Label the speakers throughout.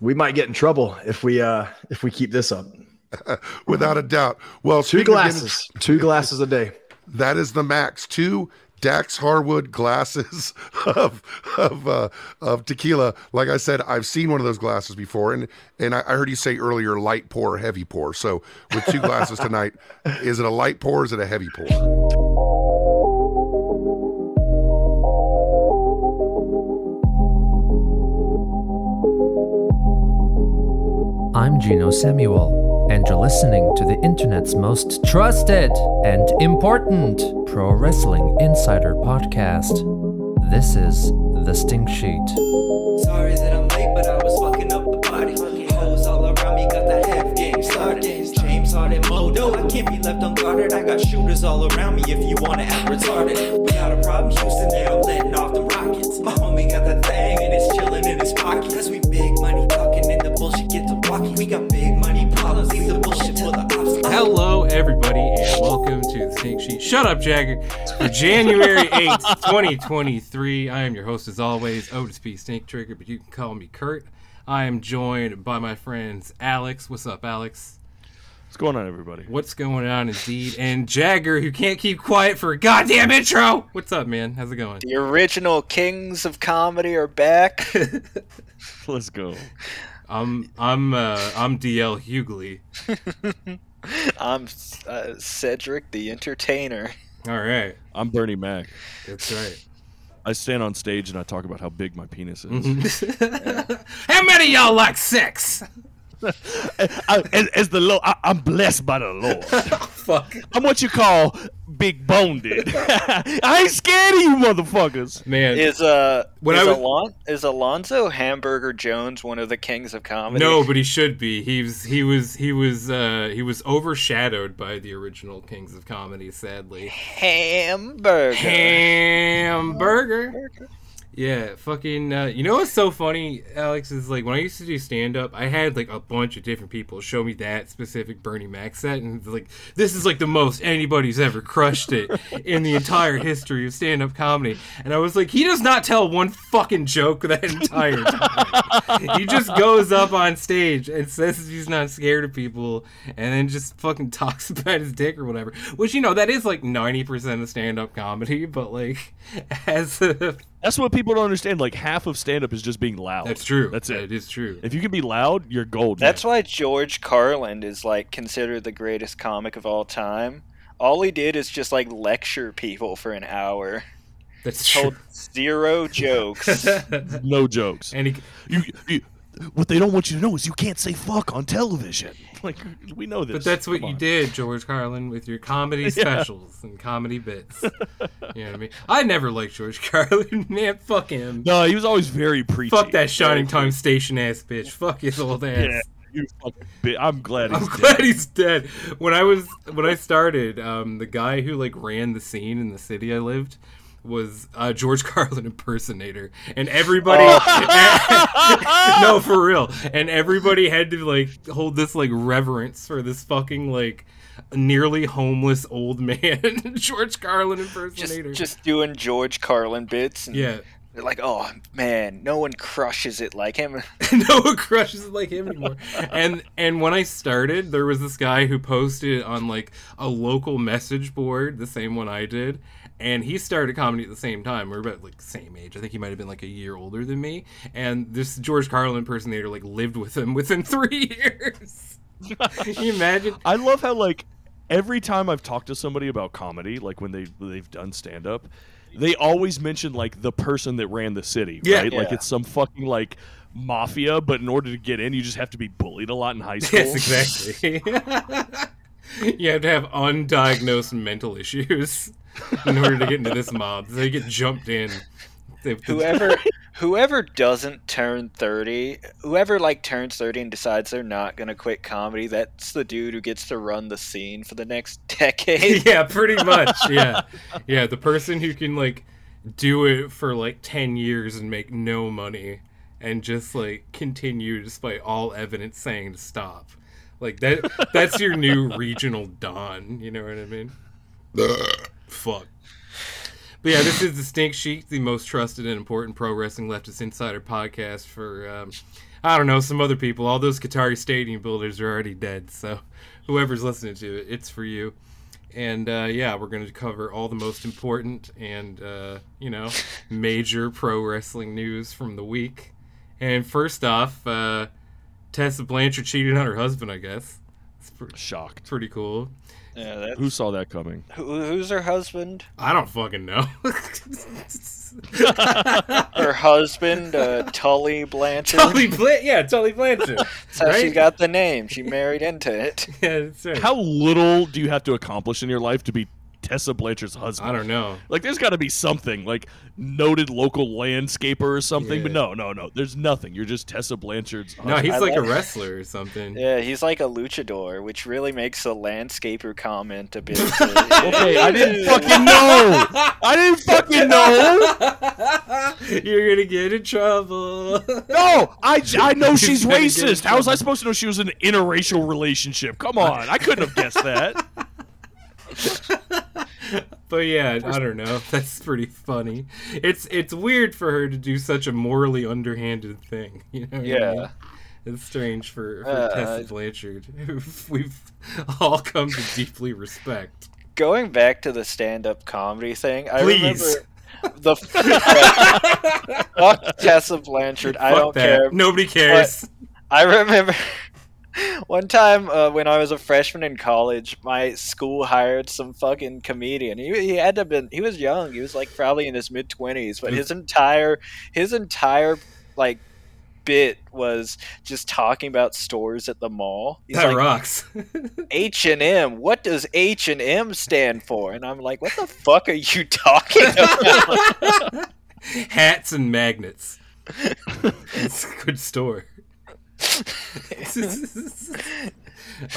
Speaker 1: we might get in trouble if we uh if we keep this up.
Speaker 2: Without a doubt. Well,
Speaker 1: Two
Speaker 2: speaking of getting-
Speaker 1: glasses, two glasses a day.
Speaker 2: that is the max. Two Dax Harwood glasses of of uh, of tequila. Like I said, I've seen one of those glasses before, and and I, I heard you say earlier, light pour, heavy pour. So with two glasses tonight, is it a light pour? Or is it a heavy pour?
Speaker 3: I'm Gino Samuel, and you're listening to the internet's most trusted and important pro wrestling insider podcast. This is The Stink Sheet.
Speaker 4: Sorry that I'm late, but I was fucking up the party. Hoes all around me got that half game started. James Harden, Modo, I can't be left unguarded. I got shooters all around me if you wanna act retarded. We got a problem, Houston, they I'm letting off them rockets. My homie got that thing and it's chilling in his pocket. Cause we big money talking and the bullshit get to blocking. We got big money problems, leave the bullshit to the ops.
Speaker 5: Hello, everybody, and welcome to the Stink Sheet. Shut up, Jagger. For January 8th, 2023, I am your host, as always, Otis P. Stink Trigger, but you can call me Kurt. I am joined by my friends Alex. What's up, Alex?
Speaker 6: What's going on, everybody?
Speaker 5: What's going on, indeed? And Jagger, who can't keep quiet for a goddamn intro. What's up, man? How's it going?
Speaker 7: The original kings of comedy are back.
Speaker 6: Let's go.
Speaker 5: I'm I'm uh, I'm DL Hughley.
Speaker 7: I'm uh, Cedric the Entertainer.
Speaker 5: All right,
Speaker 6: I'm Bernie Mac.
Speaker 5: that's right.
Speaker 6: I stand on stage and I talk about how big my penis is.
Speaker 5: Mm-hmm. How many of y'all like sex?
Speaker 6: I, as, as the Lord, I, I'm blessed by the Lord.
Speaker 5: Fuck.
Speaker 6: I'm what you call big boned. I ain't scared of you, motherfuckers.
Speaker 5: Man,
Speaker 7: Is uh
Speaker 5: When
Speaker 7: is,
Speaker 5: I was-
Speaker 7: Alon- is Alonzo Hamburger Jones one of the kings of comedy?
Speaker 5: No, but he should be. He was he was he was uh he was overshadowed by the original Kings of Comedy, sadly.
Speaker 7: Hamburger.
Speaker 5: Hamburger. Yeah, fucking uh, you know what's so funny, Alex, is like when I used to do stand up, I had like a bunch of different people show me that specific Bernie Mac set and it's like this is like the most anybody's ever crushed it in the entire history of stand up comedy. And I was like, he does not tell one fucking joke that entire time he just goes up on stage and says he's not scared of people and then just fucking talks about his dick or whatever. Which, you know, that is like 90% of stand up comedy, but like, as a.
Speaker 6: That's what people don't understand. Like half of stand up is just being loud.
Speaker 5: That's true.
Speaker 6: Oh, That's it.
Speaker 5: It is true.
Speaker 6: If you can be loud, you're gold.
Speaker 7: That's
Speaker 6: man.
Speaker 7: why George Carlin is like considered the greatest comic of all time. All he did is just like lecture people for an hour,
Speaker 5: That's true.
Speaker 7: told zero jokes.
Speaker 6: no jokes.
Speaker 5: And he,
Speaker 6: You, you, what they don't want you to know is you can't say fuck on television. Like we know this.
Speaker 5: but that's what
Speaker 6: Come
Speaker 5: you
Speaker 6: on.
Speaker 5: did, George Carlin, with your comedy specials and comedy bits. you know what I mean? I never liked George Carlin, man. Fuck him.
Speaker 6: No, he was always very preachy.
Speaker 5: Fuck that Shining Time Station ass bitch. Fuck his old ass.
Speaker 6: Yeah, you fucking bi- I'm glad he's
Speaker 5: I'm
Speaker 6: dead.
Speaker 5: glad he's dead. When I was when I started, um, the guy who like ran the scene in the city I lived was uh, George Carlin impersonator, and everybody. no, for real, and everybody had to like hold this like reverence for this fucking like nearly homeless old man George Carlin
Speaker 7: just
Speaker 5: impersonator.
Speaker 7: just doing George Carlin bits. And
Speaker 5: yeah,
Speaker 7: They're like, oh man, no one crushes it like him.
Speaker 5: no one crushes it like him anymore. and and when I started, there was this guy who posted on like a local message board, the same one I did, and he started comedy at the same time. We are about like the same age. I think he might have been like a year older than me. And this George Carlin impersonator like lived with him within three years. Can you imagine?
Speaker 6: I love how like every time I've talked to somebody about comedy, like when they they've done stand up, they always mention like the person that ran the city,
Speaker 5: Yeah.
Speaker 6: right? Like
Speaker 7: Yeah.
Speaker 6: it's some fucking like mafia, but in order to get in, you just have to be bullied a lot in high school.
Speaker 5: Yes, exactly. you have to have undiagnosed mental issues in order to get into this mob. They get jumped in. They-
Speaker 7: whoever whoever doesn't turn 30 whoever like turns 30 and decides they're not going to quit comedy that's the dude who gets to run the scene for the next decade
Speaker 5: yeah, pretty much. Yeah. Yeah, the person who can like do it for like 10 years and make no money and just like continue despite all evidence saying to stop. Like that that's your new regional don, you know what I mean? Fuck. But yeah, this is the Stink Sheet, the most trusted and important pro wrestling leftist insider podcast for um, I don't know, some other people. All those Qatari stadium builders are already dead. So whoever's listening to it, it's for you. And uh, yeah, we're going to cover all the most important and, uh, you know, major pro wrestling news from the week. And first off, uh, Tessa Blanchard cheated on her husband, I guess. It's pr-
Speaker 6: Shocked.
Speaker 5: pretty cool.
Speaker 7: Yeah, that,
Speaker 6: Who saw that coming?
Speaker 7: who, who's her husband?
Speaker 5: I don't fucking know.
Speaker 7: Her husband, uh, Tully Blanchard.
Speaker 5: Tully Blanchard. Yeah, Tully Blanchard.
Speaker 7: That's how she
Speaker 5: right?
Speaker 7: got the name. She married into it.
Speaker 5: yeah, that's right.
Speaker 6: How little do you have to accomplish in your life to be Tessa Blanchard's husband?
Speaker 5: I don't know.
Speaker 6: Like, there's got to be something, like noted local landscaper or something. But
Speaker 5: Yeah.
Speaker 6: no, no, no. There's nothing. You're just Tessa Blanchard's.
Speaker 5: No,
Speaker 6: Husband.
Speaker 5: he's
Speaker 7: I
Speaker 5: like a
Speaker 7: love-
Speaker 5: wrestler or something.
Speaker 7: Yeah, he's like a luchador, which really makes the landscaper comment a bit.
Speaker 6: okay, I didn't fucking know. I didn't fucking know.
Speaker 5: You're gonna get in trouble.
Speaker 6: No, I, I know she's
Speaker 5: You're gonna get in
Speaker 6: racist. How was I supposed to know she was in an interracial relationship? Come on, I couldn't have guessed that.
Speaker 5: but yeah, I don't know. That's pretty funny. It's it's weird for her to do such a morally underhanded thing. You know? what I
Speaker 7: Yeah.
Speaker 5: mean? It's strange for, for
Speaker 7: Uh,
Speaker 5: Tessa Blanchard, who we've all come to deeply respect.
Speaker 7: Going back to the stand-up comedy thing, I
Speaker 5: Please.
Speaker 7: remember the fuck Tessa Blanchard. I
Speaker 5: Fuck
Speaker 7: don't
Speaker 5: that.
Speaker 7: care.
Speaker 5: Nobody cares.
Speaker 7: I remember one time uh, when I was a freshman in college, my school hired some fucking comedian. He, he had to have been he was young. He was like probably in his mid twenties, but his entire his entire like bit was just talking about stores at the mall. He's
Speaker 5: that
Speaker 7: like
Speaker 5: rocks.
Speaker 7: H and M. What does H and M stand for? And I'm like, what the fuck are you talking about?
Speaker 5: Hats and magnets. it's a good store.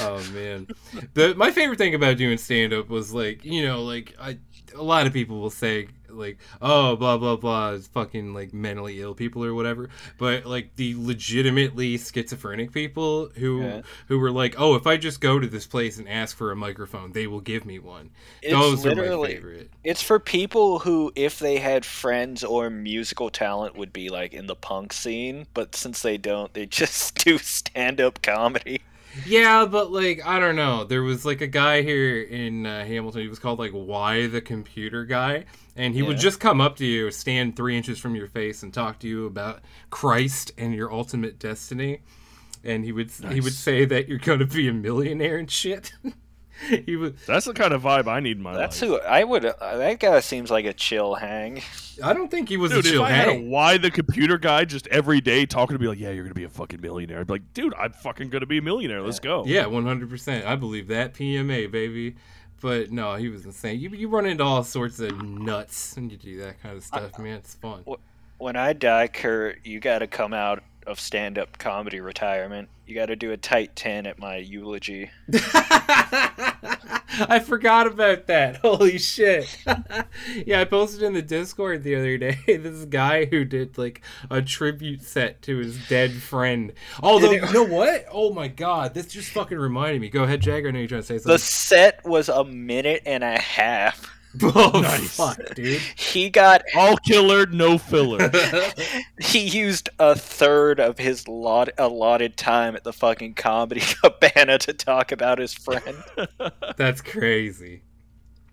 Speaker 5: oh man, the my favorite thing about doing stand up was like you know like I a lot of people will say like oh blah blah blah is fucking like mentally ill people or whatever but like the legitimately schizophrenic people who
Speaker 7: Yeah.
Speaker 5: who were like oh if i just go to this place and ask for a microphone they will give me one
Speaker 7: It's
Speaker 5: those are my
Speaker 7: literally-
Speaker 5: favorite
Speaker 7: It's for people who, if they had friends or musical talent, would be like in the punk scene, but since they don't, they just do stand up comedy.
Speaker 5: Yeah, but like I don't know. There was like a guy here in uh, Hamilton. He was called like Why the Computer Guy, and he would
Speaker 7: Yeah.
Speaker 5: just come up to you, stand three inches from your face, and talk to you about Christ and your ultimate destiny. And he would he would
Speaker 6: Nice.
Speaker 5: say that you're going to be a millionaire and shit. he would.
Speaker 6: That's the kind of vibe I need in my
Speaker 7: That's
Speaker 6: life.
Speaker 7: who I would. Uh, that guy seems like a chill hang.
Speaker 5: I don't think he was
Speaker 6: Dude,
Speaker 5: a
Speaker 6: if
Speaker 5: chill
Speaker 6: I had a
Speaker 5: hang.
Speaker 6: why the computer guy just every day talking to me like, yeah, you're gonna be a fucking millionaire. I'd be like, dude, I'm fucking gonna be a millionaire. Let's go.
Speaker 5: Yeah, one hundred percent. I believe that PMA baby. But no, he was insane. You you run into all sorts of nuts when you do that kind of stuff, man. It's fun.
Speaker 7: When I die, Kurt, you got to come out of stand up comedy retirement. You got to do a tight 10 at my eulogy.
Speaker 5: I forgot about that. Holy shit. yeah, I posted in the Discord the other day this guy who did like a tribute set to his dead friend. Although, you know what? Oh my god, this just fucking reminded me. Go ahead, Jagger. I know you're trying to say
Speaker 7: The
Speaker 5: something.
Speaker 7: set was a minute and a half.
Speaker 5: oh, fuck, dude.
Speaker 7: He got
Speaker 6: All killer, no filler.
Speaker 7: he used a third of his lot allotted time at the fucking comedy cabana to talk about his friend.
Speaker 5: That's crazy.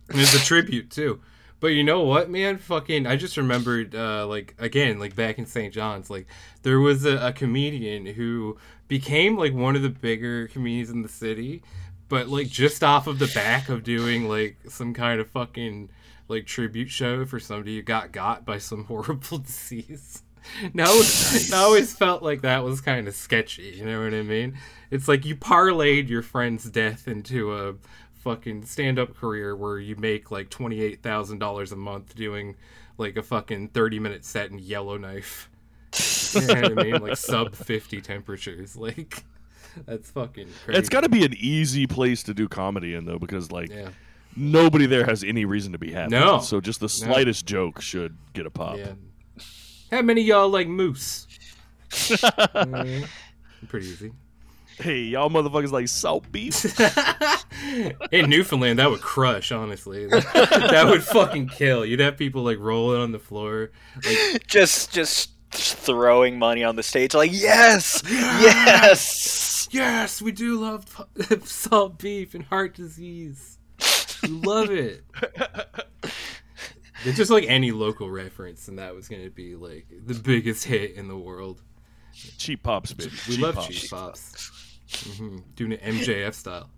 Speaker 5: And it's a tribute too. But you know what, man? Fucking, I just remembered, uh, like again, like back in St. John's, like there was a, a comedian who became like one of the bigger comedians in the city, but like just off of the back of doing like some kind of fucking like tribute show for somebody who got got by some horrible disease. Now, I always felt like that was kind of sketchy. You know what I mean? It's like you parlayed your friend's death into a fucking stand-up career where you make like twenty-eight thousand dollars a month doing like a fucking thirty-minute set in Yellowknife. you know what I mean? Like sub fifty temperatures. Like that's fucking crazy.
Speaker 6: it's got to be an easy place to do comedy in though, because like
Speaker 5: yeah,
Speaker 6: nobody there has any reason to be happy.
Speaker 5: No.
Speaker 6: So just the slightest joke should get a pop.
Speaker 5: yeah. How many of y'all like moose? Mm, Pretty easy.
Speaker 6: Hey, y'all motherfuckers like salt beef.
Speaker 5: In Newfoundland, that would crush, honestly. that would fucking kill. You'd have people like rolling on the floor. Like,
Speaker 7: Just just just throwing money on the stage, like yes, yes.
Speaker 5: Yes, we do love pu- salt beef and heart disease. We love it. It's just like any local reference, and that was going to be like the biggest hit in the world.
Speaker 6: Cheap pops, baby.
Speaker 5: We
Speaker 6: cheap
Speaker 5: love
Speaker 6: pops.
Speaker 5: cheese pops. hmm Doing it MJF style.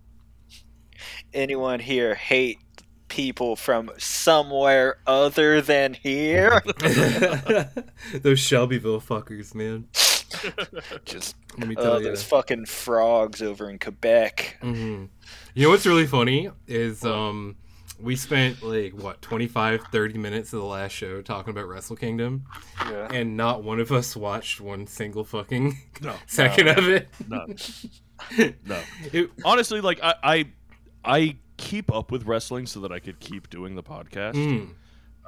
Speaker 7: Anyone here hate people from somewhere other than here?
Speaker 5: Those Shelbyville fuckers, man.
Speaker 7: just
Speaker 5: Let me tell
Speaker 7: uh,
Speaker 5: you.
Speaker 7: those fucking frogs over in Quebec.
Speaker 5: Mhm. You know what's really funny is um we spent like what 25 30 minutes of the last show talking about Wrestle Kingdom
Speaker 7: Yeah.
Speaker 5: and not one of us watched one single fucking second of it.
Speaker 6: No, no.
Speaker 5: It-
Speaker 6: Honestly, like I, I, I keep up with wrestling so that I could keep doing the podcast.
Speaker 5: mm.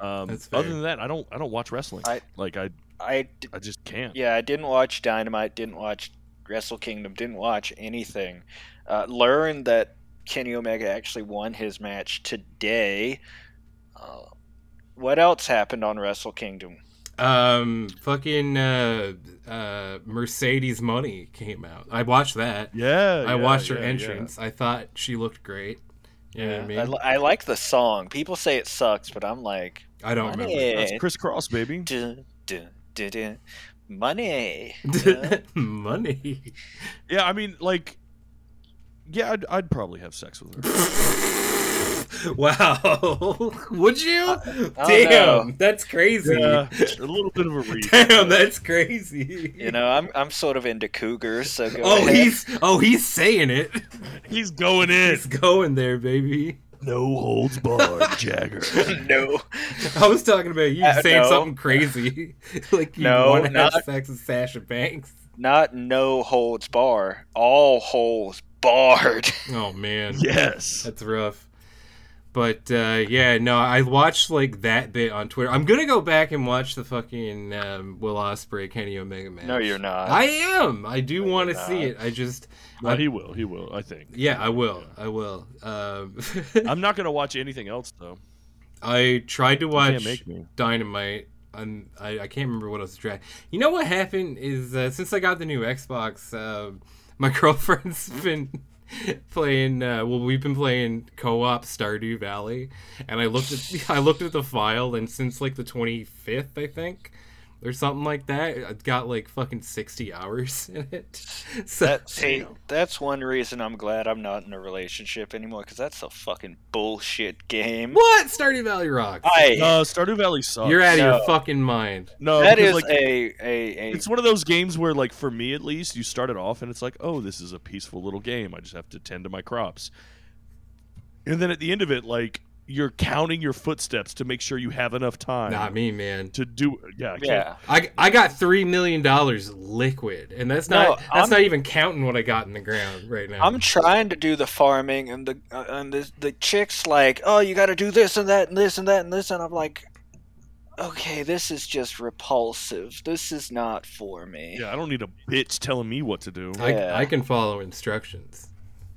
Speaker 6: Um,
Speaker 5: That's fair.
Speaker 6: other than that, I don't. I don't watch wrestling.
Speaker 7: I-
Speaker 6: like I,
Speaker 7: I d-
Speaker 6: I just can't.
Speaker 7: yeah, I didn't watch Dynamite, didn't watch Wrestle Kingdom, didn't watch anything. Uh, learned that Kenny Omega actually won his match today. Uh, what else happened on Wrestle Kingdom?
Speaker 5: Um fucking uh uh Mercedes Money came out. I watched that.
Speaker 6: Yeah,
Speaker 5: I
Speaker 6: Oh, yeah,
Speaker 5: watched her
Speaker 6: yeah, yeah.
Speaker 5: entrance. I thought she looked great. You know what I mean?
Speaker 7: I, li- I like the song. People say it sucks, but I'm like,
Speaker 5: I don't remember.
Speaker 7: money,
Speaker 6: That's Chris Cross, baby.
Speaker 7: dun, dun, dun, dun. money.
Speaker 5: Money.
Speaker 6: Yeah, I mean, like, yeah, I'd, I'd probably have sex with her.
Speaker 5: Wow. Would you?
Speaker 7: I don't
Speaker 5: Damn,
Speaker 7: know.
Speaker 5: that's crazy.
Speaker 6: yeah, a little bit of a reach.
Speaker 5: Damn, that's crazy.
Speaker 7: You know, I'm I'm sort of into cougars, so go
Speaker 5: oh,
Speaker 7: ahead.
Speaker 5: he's oh he's saying it.
Speaker 6: He's going in.
Speaker 5: He's going there, baby.
Speaker 6: No holds barred, Jagger.
Speaker 7: no,
Speaker 5: I was talking about you
Speaker 7: Uh,
Speaker 5: saying
Speaker 7: no.
Speaker 5: something crazy, like you
Speaker 7: No,
Speaker 5: want to have
Speaker 7: not-
Speaker 5: sex with Sasha Banks.
Speaker 7: not no holds bar, all holes barred.
Speaker 5: Oh man,
Speaker 6: Yes.
Speaker 5: that's rough. But uh, yeah, no, I watched like that bit on Twitter. I'm gonna go back and watch the fucking um, Will Osprey Kenny Omega match.
Speaker 7: No, you're not.
Speaker 5: I am. I do
Speaker 7: No,
Speaker 5: want to
Speaker 7: you're
Speaker 5: see
Speaker 7: not.
Speaker 5: it. I just
Speaker 6: No, Uh, he will. He will. I think.
Speaker 5: Yeah, I will. I will. Um,
Speaker 6: I'm not gonna watch anything else though.
Speaker 5: I tried to
Speaker 6: can't
Speaker 5: watch
Speaker 6: make me.
Speaker 5: Dynamite. and I, I can't remember what else to try. You know what happened is uh, since I got the new Xbox, uh, my girlfriend's been playing. Uh, well, we've been playing co-op Stardew Valley, and I looked at I looked at the file, and since like the 25th, I think. Or something like that. I've got like fucking sixty hours in it. So
Speaker 7: That, see, that's one reason I'm glad I'm not in a relationship anymore, because that's a fucking bullshit game.
Speaker 5: what Stardew Valley rocks?
Speaker 7: I
Speaker 6: No, Uh, Stardew Valley sucks.
Speaker 5: You're out of
Speaker 7: No.
Speaker 5: your fucking mind.
Speaker 6: no,
Speaker 7: that
Speaker 6: because,
Speaker 7: is
Speaker 6: like,
Speaker 7: a a, a
Speaker 6: It's one of those games where, like, for me at least, you start it off and it's like, oh, this is a peaceful little game. I just have to tend to my crops. And then at the end of it, like, you're counting your footsteps to make sure you have enough time
Speaker 5: Not me, man.
Speaker 6: to do. Yeah, I can't-
Speaker 7: yeah.
Speaker 5: I, I got three million dollars liquid, and that's not
Speaker 7: No,
Speaker 5: that's
Speaker 7: I'm-
Speaker 5: not even counting what I got in the ground right now.
Speaker 7: I'm trying to do the farming, and the uh, and the the chicks like, oh, you got to do this and that and this and that and this, and I'm like, okay, this is just repulsive. This is not for me.
Speaker 6: Yeah, I don't need a bitch telling me what to do.
Speaker 5: I,
Speaker 7: yeah.
Speaker 5: I can follow instructions.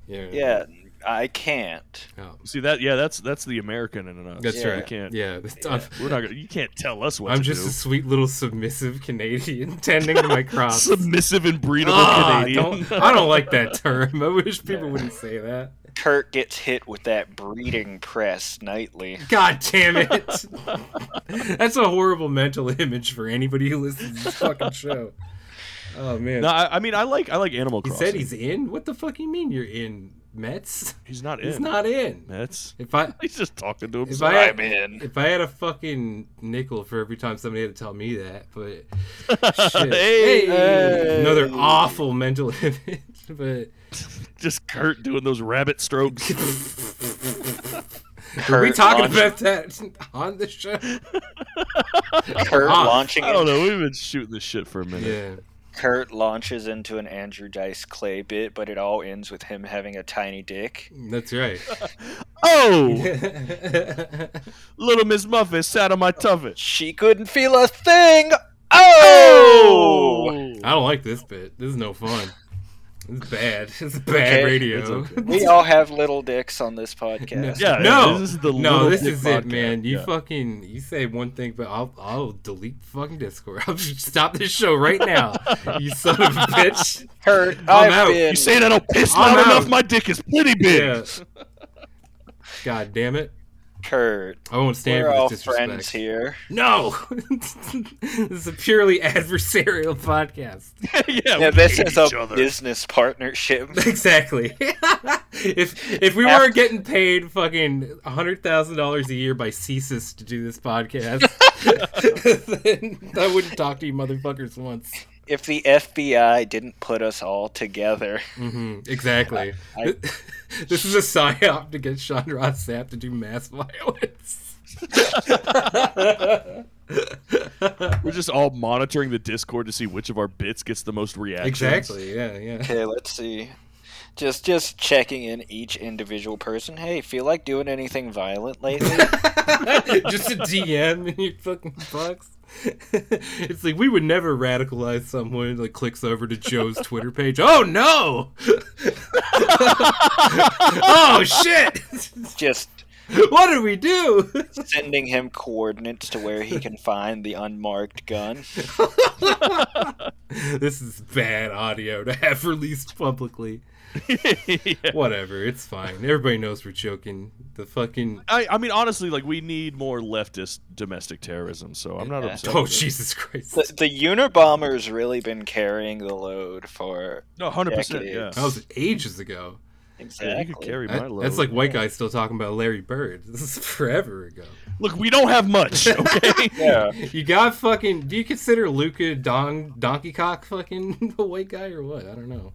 Speaker 5: Yeah.
Speaker 7: Yeah, I can't.
Speaker 5: Oh,
Speaker 6: See that? Yeah, that's that's the American in us.
Speaker 5: that's
Speaker 7: Yeah.
Speaker 5: right.
Speaker 6: We can't.
Speaker 5: Yeah. that's- I'm,
Speaker 6: We're not. Gonna, you can't tell us what
Speaker 5: I'm
Speaker 6: to
Speaker 5: just a
Speaker 6: do.
Speaker 5: sweet little submissive Canadian tending to my crops.
Speaker 6: submissive and breedable
Speaker 5: Ah,
Speaker 6: Canadian.
Speaker 5: don't- I don't like that term. I wish people wouldn't say that.
Speaker 7: Kurt gets hit with that breeding press nightly.
Speaker 5: God damn it! That's a horrible mental image for anybody who listens to this fucking show. Oh man.
Speaker 6: no, I, I mean I like I like Animal
Speaker 5: He
Speaker 6: Crossing.
Speaker 5: said he's in. What the fuck you mean you're in Mets?
Speaker 6: He's not in.
Speaker 5: He's not in.
Speaker 6: That's
Speaker 5: If I
Speaker 6: he's just talking to
Speaker 5: if
Speaker 6: himself.
Speaker 5: I
Speaker 7: I'm
Speaker 5: had,
Speaker 7: in.
Speaker 5: if I had a fucking nickel for every time somebody had to tell me that, but shit.
Speaker 6: Hey.
Speaker 5: Hey. another awful mental image. But
Speaker 6: uh, just Kurt doing those rabbit strokes.
Speaker 5: are we
Speaker 7: Kurt
Speaker 5: talking
Speaker 7: launch-
Speaker 5: about that on the show?
Speaker 7: Kurt
Speaker 5: Ah,
Speaker 7: launching
Speaker 6: I don't know. We've been shooting this shit for a minute.
Speaker 5: Yeah.
Speaker 7: Kurt launches into an Andrew Dice Clay bit, but it all ends with him having a tiny dick.
Speaker 5: That's right.
Speaker 6: Oh, little Miss Muffet sat on my tuffet.
Speaker 7: She couldn't feel a thing. Oh!
Speaker 5: Oh!
Speaker 6: Oh!
Speaker 5: I don't like this bit. This is no fun. It's bad. It's bad
Speaker 7: Okay.
Speaker 5: radio.
Speaker 6: It's okay.
Speaker 7: We all have little dicks on this podcast.
Speaker 6: Yeah,
Speaker 5: no,
Speaker 6: this is the
Speaker 5: no,
Speaker 6: little
Speaker 5: this
Speaker 6: dick
Speaker 5: is it,
Speaker 6: podcast,
Speaker 5: man. You
Speaker 6: yeah.
Speaker 5: fucking you say one thing, but I'll I'll delete fucking Discord. I'll just stop this show right now. you son of a bitch.
Speaker 7: Hurt.
Speaker 5: I'm
Speaker 7: I've
Speaker 5: out.
Speaker 7: been.
Speaker 6: You saying I don't piss
Speaker 5: I'm
Speaker 6: loud
Speaker 5: out.
Speaker 6: enough? My dick is pretty big.
Speaker 5: Yeah. God damn it!
Speaker 7: Kurt.
Speaker 5: I won't stand
Speaker 7: We're
Speaker 5: for
Speaker 7: all
Speaker 5: this disrespect.
Speaker 7: friends here.
Speaker 5: No, this is a purely adversarial podcast.
Speaker 6: yeah,
Speaker 7: Yeah,
Speaker 6: we
Speaker 7: this
Speaker 6: hate
Speaker 7: is a
Speaker 6: each other.
Speaker 7: business partnership.
Speaker 5: Exactly. if if we
Speaker 7: After-
Speaker 5: weren't getting paid fucking hundred thousand dollars a year by CSIS to do this podcast, then I wouldn't talk to you motherfuckers once.
Speaker 7: if the FBI didn't put us all together,
Speaker 5: hmm Exactly.
Speaker 7: I-
Speaker 5: this is a psyop to get Sean Ross Sapp to do mass violence.
Speaker 6: We're just all monitoring the Discord to see which of our bits gets the most reactions.
Speaker 5: exactly. Yeah. Yeah.
Speaker 7: okay, let's see. Just just checking in each individual person. Hey, feel like doing anything violent lately?
Speaker 5: Just a DM in your fucking box. it's like we would never radicalize someone like clicks over to Joe's Twitter page. Oh no! oh shit!
Speaker 7: just
Speaker 5: what did we do?
Speaker 7: sending him coordinates to where he can find the unmarked gun.
Speaker 5: this is bad audio to have released publicly.
Speaker 6: Yeah.
Speaker 5: Whatever, it's fine. Everybody knows we're joking. The fucking
Speaker 6: I, I mean, honestly, like we need more leftist domestic terrorism. So I'm not
Speaker 7: Yeah.
Speaker 6: upset.
Speaker 5: Oh
Speaker 6: with it.
Speaker 5: Jesus Christ!
Speaker 7: The, the Unabomber's really been carrying the load for
Speaker 6: No, hundred percent. Yeah.
Speaker 7: Decades.
Speaker 5: That was ages ago.
Speaker 7: exactly.
Speaker 6: Oh, Yeah, you could carry my
Speaker 5: That-
Speaker 6: load.
Speaker 5: that's like white guys still talking about Larry Bird. This is forever ago.
Speaker 6: look, we don't have much. Okay,
Speaker 7: Yeah.
Speaker 5: You got fucking. Do you consider Luca Don Donkey Cock fucking a white guy or what? I don't know.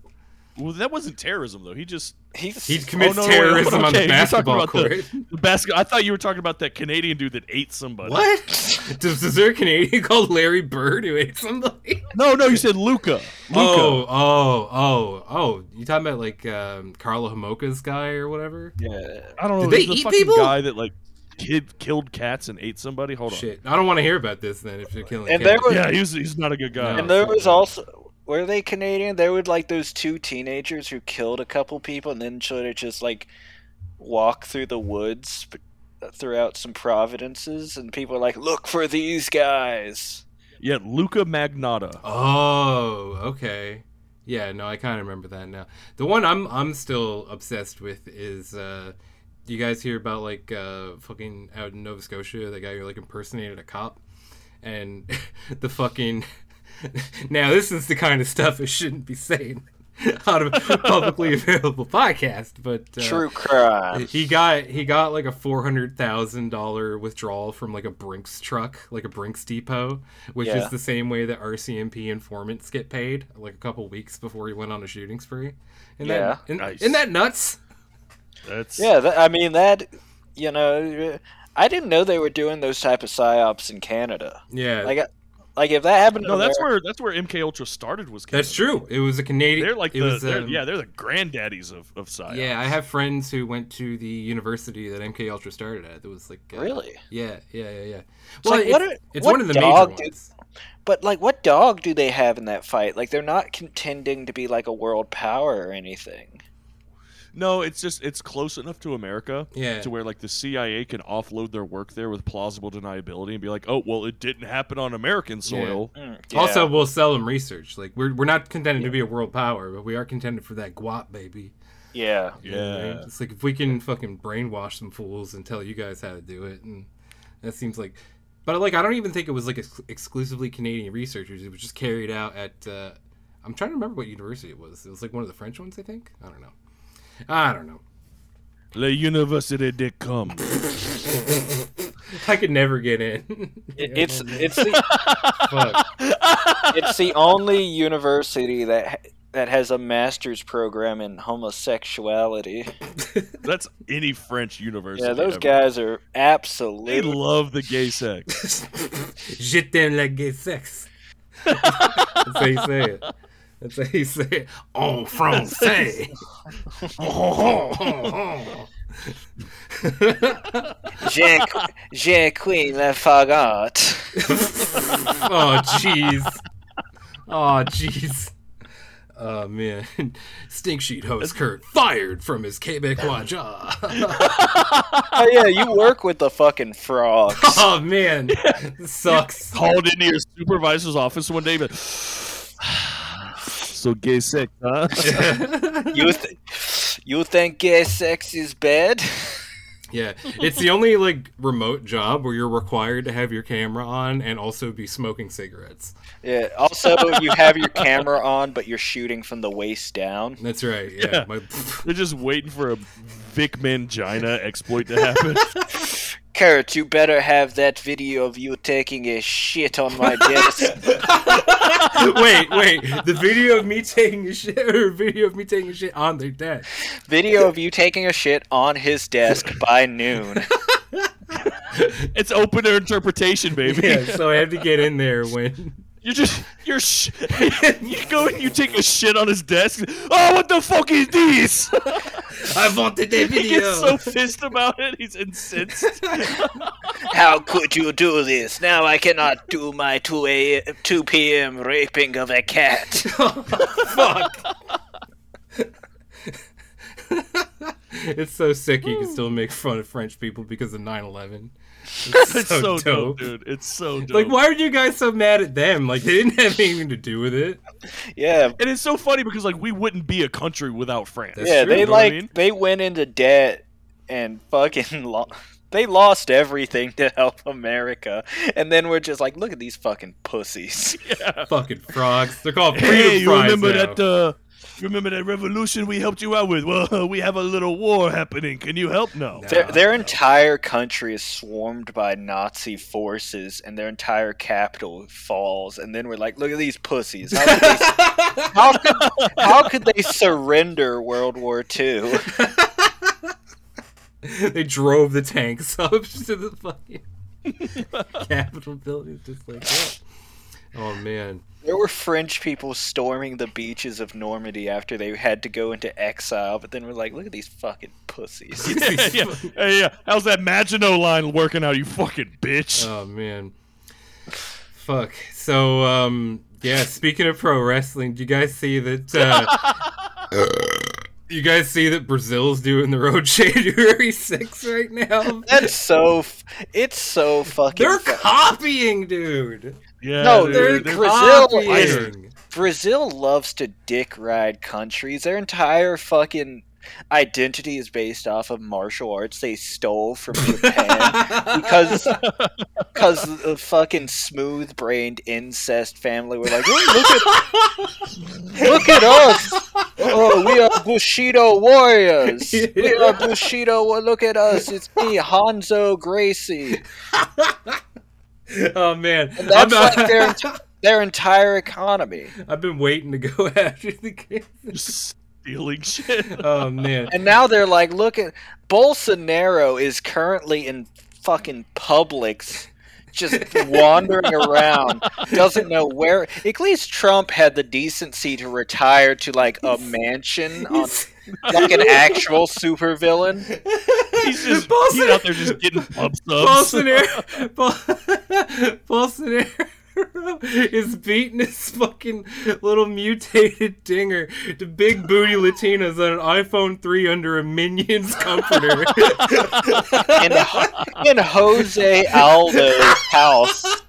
Speaker 6: well, that wasn't terrorism though. He just
Speaker 7: He's,
Speaker 5: He commits
Speaker 6: Oh, no, wait,
Speaker 5: terrorism on
Speaker 6: okay,
Speaker 5: the
Speaker 6: you're talking
Speaker 5: basketball
Speaker 6: about the-
Speaker 5: court.
Speaker 6: the basket. I thought you were talking about that Canadian dude that ate somebody.
Speaker 5: What? Does is there a Canadian called Larry Bird who ate somebody?
Speaker 6: No, no, you said Luca. Luca.
Speaker 5: Oh, oh, oh, oh! You talking about like um, Carlo Homoka's guy or whatever?
Speaker 7: yeah.
Speaker 6: I don't know.
Speaker 5: Did they eat
Speaker 6: there's the fucking
Speaker 5: people?
Speaker 6: guy that like kid killed cats and ate somebody. Hold on.
Speaker 5: Shit, I don't want to hear about this then. If you're killing,
Speaker 7: And
Speaker 5: kids.
Speaker 7: there was
Speaker 6: Yeah, he's he's not a good guy.
Speaker 5: No.
Speaker 7: And there was also were they Canadian? There were like those two teenagers who killed a couple people and then sort of just like walk through the woods b- throughout some providences, and people are like, "Look for these guys."
Speaker 6: Yeah, Luca Magnotta.
Speaker 5: Oh, okay. Yeah, no, I kind of remember that now. The one I'm I'm still obsessed with is uh do you guys hear about like uh fucking out in Nova Scotia, the guy who like impersonated a cop and the fucking Now this is the kind of stuff I shouldn't be saying on a publicly available podcast, but uh,
Speaker 7: True crime.
Speaker 5: he got he got like a four hundred thousand dollar withdrawal from like a Brinks truck, like a Brinks depot, which
Speaker 7: Yeah.
Speaker 5: is the same way that RCMP informants get paid, like a couple weeks before he went on a shooting spree. And
Speaker 7: Yeah.
Speaker 5: that, and,
Speaker 6: Nice.
Speaker 5: isn't that nuts?
Speaker 6: That's
Speaker 7: Yeah, that, I mean that. You know, I didn't know they were doing those type of psyops in Canada.
Speaker 5: Yeah,
Speaker 7: Like, I- like if that happened,
Speaker 6: No,
Speaker 7: to
Speaker 6: that's where
Speaker 7: America-
Speaker 6: that's where MK Ultra started was. Canada.
Speaker 5: that's true. It was a Canadian.
Speaker 6: They're like
Speaker 5: it
Speaker 6: the
Speaker 5: was,
Speaker 6: they're,
Speaker 5: um,
Speaker 6: yeah, they're the granddaddies of of science.
Speaker 5: yeah. I have friends who went to the university that MK Ultra started at. That was like uh,
Speaker 7: really.
Speaker 5: yeah, yeah, yeah, yeah.
Speaker 7: like,
Speaker 5: it's,
Speaker 7: what are-
Speaker 5: it's
Speaker 7: what
Speaker 5: one of the major
Speaker 7: dog did-
Speaker 5: ones.
Speaker 7: But like, what dog do they have in that fight? Like, they're not contending to be like a world power or anything.
Speaker 6: No, it's just it's close enough to America
Speaker 5: Yeah.
Speaker 6: to where like the CIA can offload their work there with plausible deniability and be like, oh well, it didn't happen on American soil.
Speaker 7: Hmm.
Speaker 5: Also, we'll sell them research. Like we're we're not contending to be a world power, but we are contended for that guap, baby.
Speaker 7: yeah.
Speaker 5: You know what I mean?
Speaker 6: Yeah.
Speaker 5: it's like if we can fucking brainwash some fools and tell you guys how to do it, and that seems like. But like, I don't even think it was like ex- exclusively Canadian researchers. It was just carried out at. Uh, I'm trying to remember what university it was. It was like one of the French ones, I think. I don't know. I don't know.
Speaker 6: La Université de Cum.
Speaker 5: I could never get in.
Speaker 7: It- It's it's the,
Speaker 5: Fuck.
Speaker 7: it's the only university that ha- that has a master's program in homosexuality.
Speaker 6: That's any French university.
Speaker 7: Yeah, those
Speaker 6: ever.
Speaker 7: guys are
Speaker 6: They
Speaker 7: absolutely
Speaker 6: love the gay sex.
Speaker 5: Je t'aime la gay sex. That's how you say it. That's how you say it. En français.
Speaker 7: j'ai j'ai queen la fagot.
Speaker 5: oh jeez. Oh jeez. Oh man, stink sheet host Kurt fired from his Quebecois job.
Speaker 7: Oh yeah, you work with the fucking frogs.
Speaker 5: oh man, this sucks.
Speaker 6: Called into your supervisor's office one day. But, so gay sick, huh?
Speaker 7: you th- you think gay sex is bad?
Speaker 5: Yeah, it's the only like remote job where you're required to have your camera on and also be smoking cigarettes.
Speaker 7: Yeah. Also, you have your camera on, but you're shooting from the waist down.
Speaker 5: That's right. Yeah, my,
Speaker 6: They're just waiting for a Vic Mangina exploit to happen.
Speaker 7: Kurt, you better have that video of you taking a shit on my desk.
Speaker 5: wait, wait. The video of me taking a shit, or video of me taking a shit on their desk.
Speaker 7: video of you taking a shit on his desk by noon.
Speaker 6: it's open to interpretation, baby.
Speaker 5: Yeah, so I had to get in there when.
Speaker 6: You just you're sh- you go and you take a shit on his desk. Oh, what the fuck is this?
Speaker 5: I wanted that
Speaker 6: he gets so pissed about it. He's incensed.
Speaker 7: How could you do this? Now I cannot do my 2 a 2 p.m. raping of a cat.
Speaker 5: Fuck. it's so sick you can still make fun of French people because of 9 11. It's,
Speaker 6: It's so dope, dude. It's so dope.
Speaker 5: Like, why are you guys so mad at them? Like, they didn't have anything to do with it.
Speaker 7: Yeah,
Speaker 6: And it's so funny because like we wouldn't be a country without France.
Speaker 5: That's-
Speaker 7: yeah.
Speaker 5: true,
Speaker 7: They
Speaker 5: you know
Speaker 6: what I
Speaker 7: like
Speaker 6: mean?
Speaker 7: they went into debt and fucking lo- they lost everything to help America, and then we're just like, look at these fucking pussies.
Speaker 5: Fucking frogs. They're called freedom
Speaker 6: Hey, you
Speaker 5: fries
Speaker 6: remember
Speaker 5: now.
Speaker 6: that? Uh, you remember that revolution we helped you out with? Well, we have a little war happening. Can you help now?
Speaker 5: No.
Speaker 7: Their,
Speaker 5: Yeah.
Speaker 7: their entire country is swarmed by Nazi forces, and their entire capital falls. And then we're like, look at these pussies. How could they, how could, how could they surrender World War II?
Speaker 5: they drove the tanks up to the fucking Capitol building. Just like, what? oh man,
Speaker 7: There were French people storming the beaches of Normandy after they had to go into exile, but then we're like, look at these fucking pussies.
Speaker 6: yeah, yeah, yeah, yeah. How's that Maginot line working out, you fucking
Speaker 7: Uh,
Speaker 6: bitch?
Speaker 5: oh man, fuck. So, um, yeah. Speaking of pro wrestling, do you guys see that? Uh, you guys see that Brazil's doing the road January 6th right now?
Speaker 7: That's so. F- it's so fucking.
Speaker 5: They're
Speaker 7: fu-
Speaker 5: copying, dude.
Speaker 6: yeah,
Speaker 7: no,
Speaker 6: dude,
Speaker 5: They're
Speaker 7: they're-
Speaker 5: copying.
Speaker 7: Brazil loves to dick ride countries. Their entire fucking identity is based off of martial arts they stole from Japan because because the fucking smooth brained incest family were like, "Ooh, look at look at us. Oh, we are Bushido warriors. We are Bushido. wa- Look at us. It's me, Hanzo Gracie.
Speaker 5: oh man,
Speaker 7: That's
Speaker 5: I'm not-
Speaker 7: like their enti- their entire economy.
Speaker 5: I've been waiting to go after the kids.
Speaker 6: stealing shit.
Speaker 5: Oh man.
Speaker 7: And now they're like, look at Bolsonaro is currently in fucking Publix, just wandering around, doesn't know where. At least Trump had the decency to retire to like a mansion on like an actual supervillain.
Speaker 6: He's just he's
Speaker 5: Bolsonaro-
Speaker 6: out there just getting pub subs.
Speaker 5: Bolsonaro, Bol- Bolsonaro is beating his fucking little mutated dinger to big booty Latinas on an iPhone 3 under a minion's comforter.
Speaker 7: In, in Jose Aldo's house.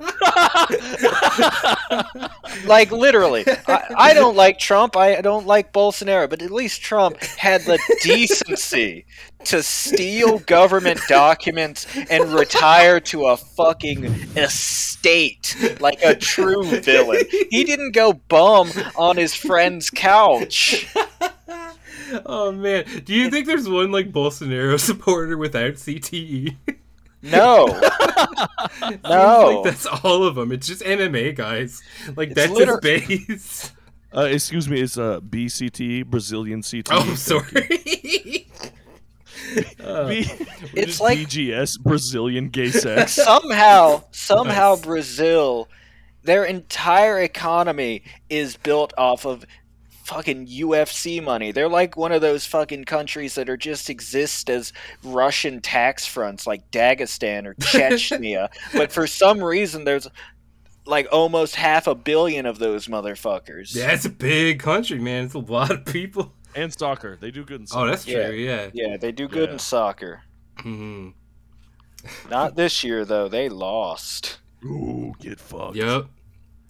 Speaker 7: like literally, I, I don't like Trump. I don't like Bolsonaro, but at least Trump had the decency to steal government documents and retire to a fucking estate like a true villain. He didn't go bum on his friend's couch.
Speaker 5: oh man, do you think there's one like Bolsonaro supporter without CTE?
Speaker 7: No,
Speaker 5: like
Speaker 7: no.
Speaker 5: that's all of them. It's just MMA guys. Like
Speaker 7: It's
Speaker 5: that's
Speaker 7: liter-
Speaker 5: his base.
Speaker 6: Uh, excuse me, it's uh, BCT Brazilian CT.
Speaker 5: Oh, I'm sorry.
Speaker 6: B-
Speaker 7: It's
Speaker 6: it's
Speaker 7: like-
Speaker 6: like BGS Brazilian gay sex.
Speaker 7: somehow somehow Brazil their entire economy is built off of fucking UFC money. They're like one of those fucking countries that are just exist as Russian tax fronts like Dagestan or Chechnya, but for some reason there's like almost half a billion of those motherfuckers.
Speaker 5: Yeah, it's a big country, man. It's a lot of people.
Speaker 6: and soccer. They do good in
Speaker 5: Oh,
Speaker 6: soccer.
Speaker 5: that's true.
Speaker 7: Yeah.
Speaker 5: Yeah.
Speaker 7: Yeah, they do good
Speaker 6: Yeah.
Speaker 7: in soccer.
Speaker 5: Mhm.
Speaker 7: Not this year though. They lost.
Speaker 6: Ooh, get fucked.
Speaker 5: Yep.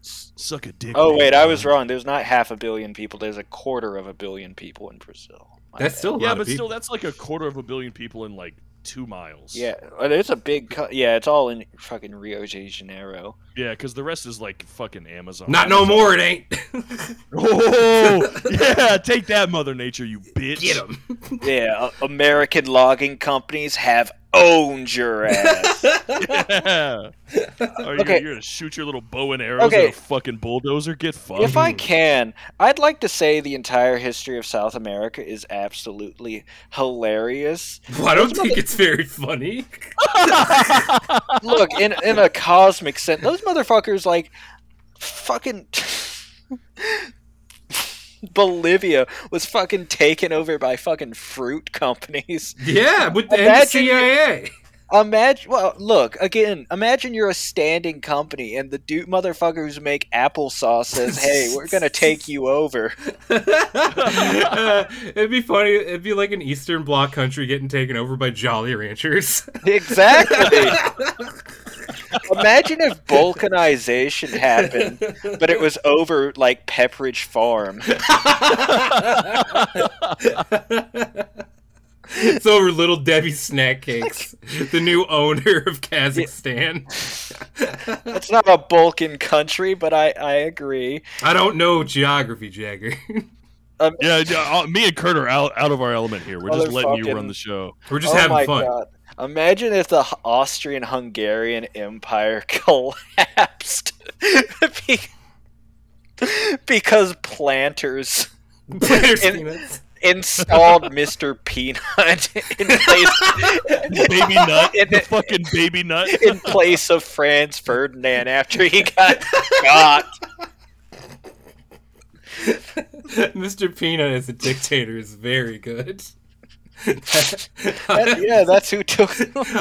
Speaker 6: S- Suck a dick.
Speaker 7: Oh
Speaker 6: man.
Speaker 7: wait, I was wrong. There's not half a billion people. There's a quarter of a billion people in Brazil. My
Speaker 5: That's
Speaker 7: bad.
Speaker 5: still a
Speaker 6: Yeah,
Speaker 5: lot
Speaker 6: but
Speaker 5: of
Speaker 6: still,
Speaker 5: people.
Speaker 6: that's like a quarter of a billion people in like two miles.
Speaker 7: Yeah, and it's a big. Co- yeah, it's all in fucking Rio de Janeiro.
Speaker 6: yeah, because the rest is like fucking Amazon.
Speaker 5: Not no more. It ain't.
Speaker 6: Oh, yeah, take that, Mother Nature, you bitch.
Speaker 5: Get them.
Speaker 7: Yeah, a- American logging companies have owned your ass.
Speaker 6: Yeah. Are you,
Speaker 7: Okay.
Speaker 6: You're gonna shoot your little bow and arrows
Speaker 7: Okay.
Speaker 6: at a fucking bulldozer? Get fucked.
Speaker 7: if I can, I'd like to say the entire history of South America is absolutely hilarious.
Speaker 5: Well, I don't think it's very funny.
Speaker 7: Look, in in a cosmic sense, those motherfuckers like fucking. Bolivia was fucking taken over by fucking fruit companies.
Speaker 5: Yeah, with the, and the
Speaker 7: Imagine-
Speaker 5: CIA.
Speaker 7: Imagine, well, look again. Imagine you're a standing company, and the dude motherfucker who's make applesauce says, "Hey, we're gonna take you over."
Speaker 5: Uh, it'd be funny. It'd be like an Eastern Bloc country getting taken over by Jolly Ranchers.
Speaker 7: Exactly. imagine if balkanization happened, but it was over like Pepperidge Farm.
Speaker 5: it's over Little Debbie Snack Cakes, the new owner of Kazakhstan.
Speaker 7: It's not a Balkan country, but I I agree.
Speaker 5: I don't know geography, Jagger.
Speaker 6: yeah, yeah, uh, me and Kurt are out, out of our element here. We're just letting you
Speaker 7: Motherfucking-
Speaker 6: run the show.
Speaker 5: We're just
Speaker 7: oh my
Speaker 5: having fun.
Speaker 7: god! Imagine if the Austrian-Hungarian Empire collapsed be- because planters
Speaker 5: There's
Speaker 7: And-
Speaker 5: peanuts.
Speaker 7: installed Mr. Peanut in place
Speaker 6: Baby nut,
Speaker 7: And
Speaker 6: the
Speaker 7: it-
Speaker 6: fucking baby nut.
Speaker 7: in place of Franz Ferdinand after he got got.
Speaker 5: Mr. Peanut as a dictator is very good.
Speaker 7: That- yeah, that's who took.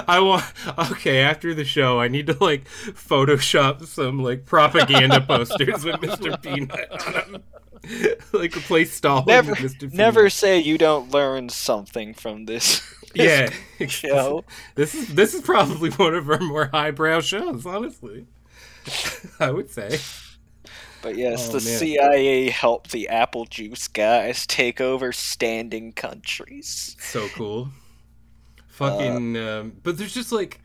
Speaker 5: I want okay. After the show, I need to like Photoshop some like propaganda posters with Mr. Peanut on them, like replace Stalin
Speaker 7: Never,
Speaker 5: with Mr. Peanut.
Speaker 7: never say you don't learn something from this
Speaker 5: yeah.
Speaker 7: show.
Speaker 5: This is this is probably one of our more highbrow shows, honestly. I would say.
Speaker 7: But yes,
Speaker 5: Oh,
Speaker 7: the
Speaker 5: man.
Speaker 7: CIA helped the apple juice guys take over standing countries.
Speaker 5: so cool. Fucking,
Speaker 7: Uh,
Speaker 5: um, but there's just like,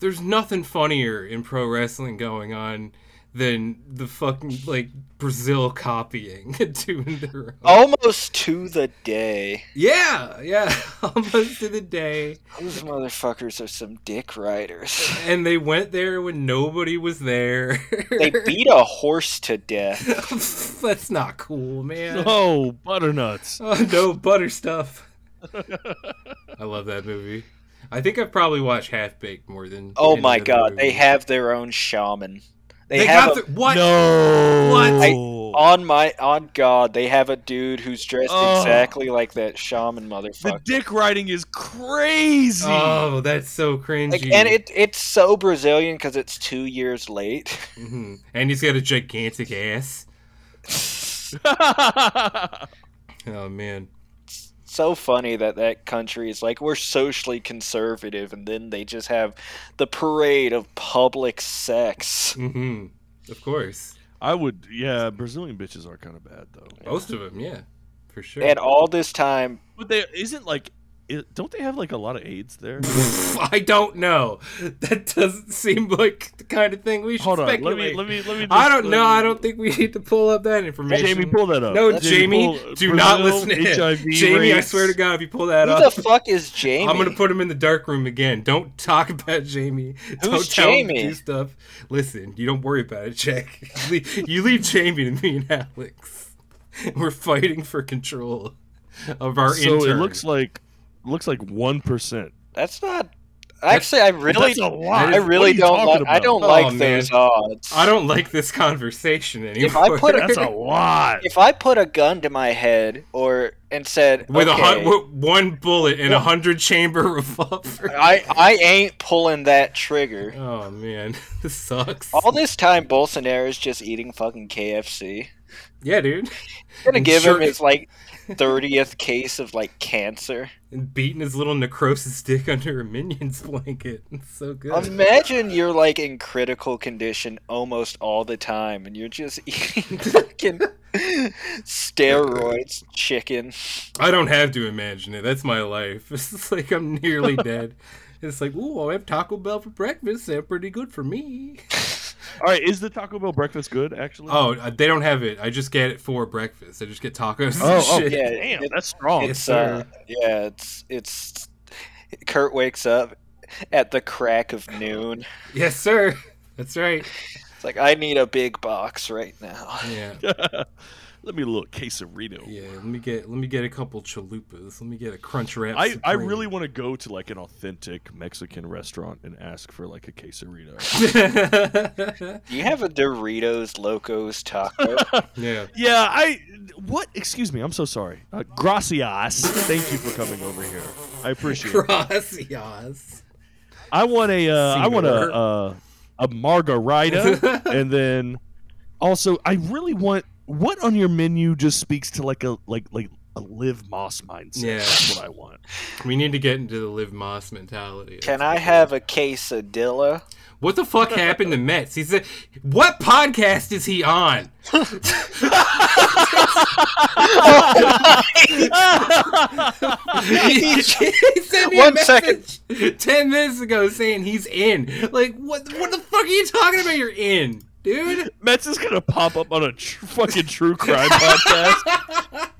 Speaker 5: there's nothing funnier in pro wrestling going on than the fucking like Brazil copying and doing their own.
Speaker 7: Oh, Almost to the day.
Speaker 5: Yeah, yeah, almost to the day.
Speaker 7: Those motherfuckers are some dick riders.
Speaker 5: And they went there when nobody was there.
Speaker 7: They beat a horse to death.
Speaker 5: That's not cool, man.
Speaker 6: Oh, butternuts.
Speaker 5: Oh, no butter stuff. I love that movie. I think I've probably watched Half Baked more than.
Speaker 7: Oh
Speaker 5: any
Speaker 7: my
Speaker 5: other
Speaker 7: god, they
Speaker 5: movie.
Speaker 7: have their own shaman. They,
Speaker 5: They,
Speaker 7: have
Speaker 5: got
Speaker 7: a-
Speaker 5: the, what?
Speaker 6: No.
Speaker 5: What? Oh, I-
Speaker 7: on my on god, they have a dude who's dressed
Speaker 6: Oh.
Speaker 7: exactly like that shaman
Speaker 6: the
Speaker 7: motherfucker.
Speaker 6: dick riding is crazy.
Speaker 5: Oh, that's so cringy.
Speaker 7: Like, and it it's so Brazilian because it's two years late.
Speaker 5: Mhm. and he's got a gigantic ass. Oh man.
Speaker 7: so funny that that country is like we're socially conservative, and then they just have the parade of public sex.
Speaker 5: hmm Of course,
Speaker 6: I would. Yeah, Brazilian bitches are kind of bad though.
Speaker 5: most of them, yeah, for sure.
Speaker 7: And all this time,
Speaker 6: But they isn't like. i don't they have like a lot of AIDS there?
Speaker 5: I don't know. That doesn't seem like the kind of thing we should
Speaker 6: Hold on.
Speaker 5: speculate.
Speaker 6: Let me. Let me. Let me.
Speaker 5: I
Speaker 6: just-
Speaker 5: don't
Speaker 6: let
Speaker 5: know.
Speaker 6: me-
Speaker 5: I don't think we need to pull up that information.
Speaker 6: Jamie, pull that up.
Speaker 5: no,
Speaker 7: That's-
Speaker 5: Jamie,
Speaker 6: pull
Speaker 5: do not
Speaker 6: Brazil
Speaker 5: listen to him.
Speaker 6: HIV
Speaker 5: Jamie, I
Speaker 6: rates.
Speaker 5: swear to God, if you pull that
Speaker 7: who
Speaker 5: up,
Speaker 7: the fuck is Jamie?
Speaker 5: I'm gonna put him in the dark room again. Don't talk about Jamie. don't
Speaker 7: Who's
Speaker 5: tell him to
Speaker 7: Jamie?
Speaker 5: do stuff. Listen, you don't worry about it, Jack. You leave, you leave Jamie to me and Alex. We're fighting for control of our
Speaker 6: So
Speaker 5: intern.
Speaker 6: it looks like looks like one percent.
Speaker 7: That's not. Actually, I really,
Speaker 6: That's a lot.
Speaker 7: I really
Speaker 6: What are you
Speaker 7: don't
Speaker 6: talking
Speaker 7: like. I
Speaker 6: about?
Speaker 7: don't
Speaker 5: Oh,
Speaker 7: like
Speaker 5: man.
Speaker 7: those odds.
Speaker 5: I don't like this conversation anymore.
Speaker 7: If I put a-
Speaker 6: That's a lot.
Speaker 7: If I put a gun to my head or and said
Speaker 5: with
Speaker 7: okay,
Speaker 5: a hun- with one bullet and a hundred chamber revolver.
Speaker 7: I I ain't pulling that trigger.
Speaker 5: Oh man, this sucks.
Speaker 7: All this time, Bolsonaro's just eating fucking KFC.
Speaker 5: yeah, dude,
Speaker 7: gonna
Speaker 5: I'm
Speaker 7: give
Speaker 5: sure-
Speaker 7: him his like thirtieth case of like cancer.
Speaker 5: and beating his little necrosis dick under a minion's blanket. It's so good.
Speaker 7: Imagine you're like in critical condition almost all the time, and you're just eating fucking steroids, chicken.
Speaker 5: I don't have to imagine it. That's my life. It's just like I'm nearly dead. It's like, ooh, I have Taco Bell for breakfast. They're pretty good for me.
Speaker 6: All right, is the Taco Bell breakfast good? Actually,
Speaker 5: Oh, uh, they don't have it. I just get it for breakfast. I just get tacos.
Speaker 6: Oh,
Speaker 5: and
Speaker 6: oh,
Speaker 5: shit.
Speaker 7: Yeah,
Speaker 6: damn,
Speaker 7: it-
Speaker 6: that's strong.
Speaker 5: Yes,
Speaker 7: it's uh, yeah, it's it's. Kurt wakes up at the crack of noon.
Speaker 5: Yes, sir. That's right.
Speaker 7: It's like I need a big box right now.
Speaker 5: Yeah.
Speaker 6: Let me look. Quesarito.
Speaker 5: Yeah, let me get let me get a couple chalupas. Let me get a crunch wrap.
Speaker 6: I, I
Speaker 5: Supreme.
Speaker 6: really want to go to like an authentic Mexican restaurant and ask for like a quesarito.
Speaker 7: Do you have a Doritos Locos taco?
Speaker 5: yeah.
Speaker 6: Yeah, I. What? Excuse me. I'm so sorry. Uh, gracias. Thank you for coming over here. I appreciate it.
Speaker 5: Gracias.
Speaker 6: I want a. Uh, I want
Speaker 5: Senor.
Speaker 6: a uh, a margarita, and then also I really want what on your menu just speaks to like a like like a live moss mindset.
Speaker 5: Yeah.
Speaker 6: That's what I want.
Speaker 5: We need to get into the live Moss mentality.
Speaker 7: Can I have a quesadilla?
Speaker 5: What the fuck happened to Mets? He said, "What podcast is he on?" he sent me a
Speaker 7: One
Speaker 5: message ten minutes ago saying he's in. Like, what? What the fuck are you talking about? You're in, dude.
Speaker 6: Mets is gonna pop up on a tr- fucking true crime podcast.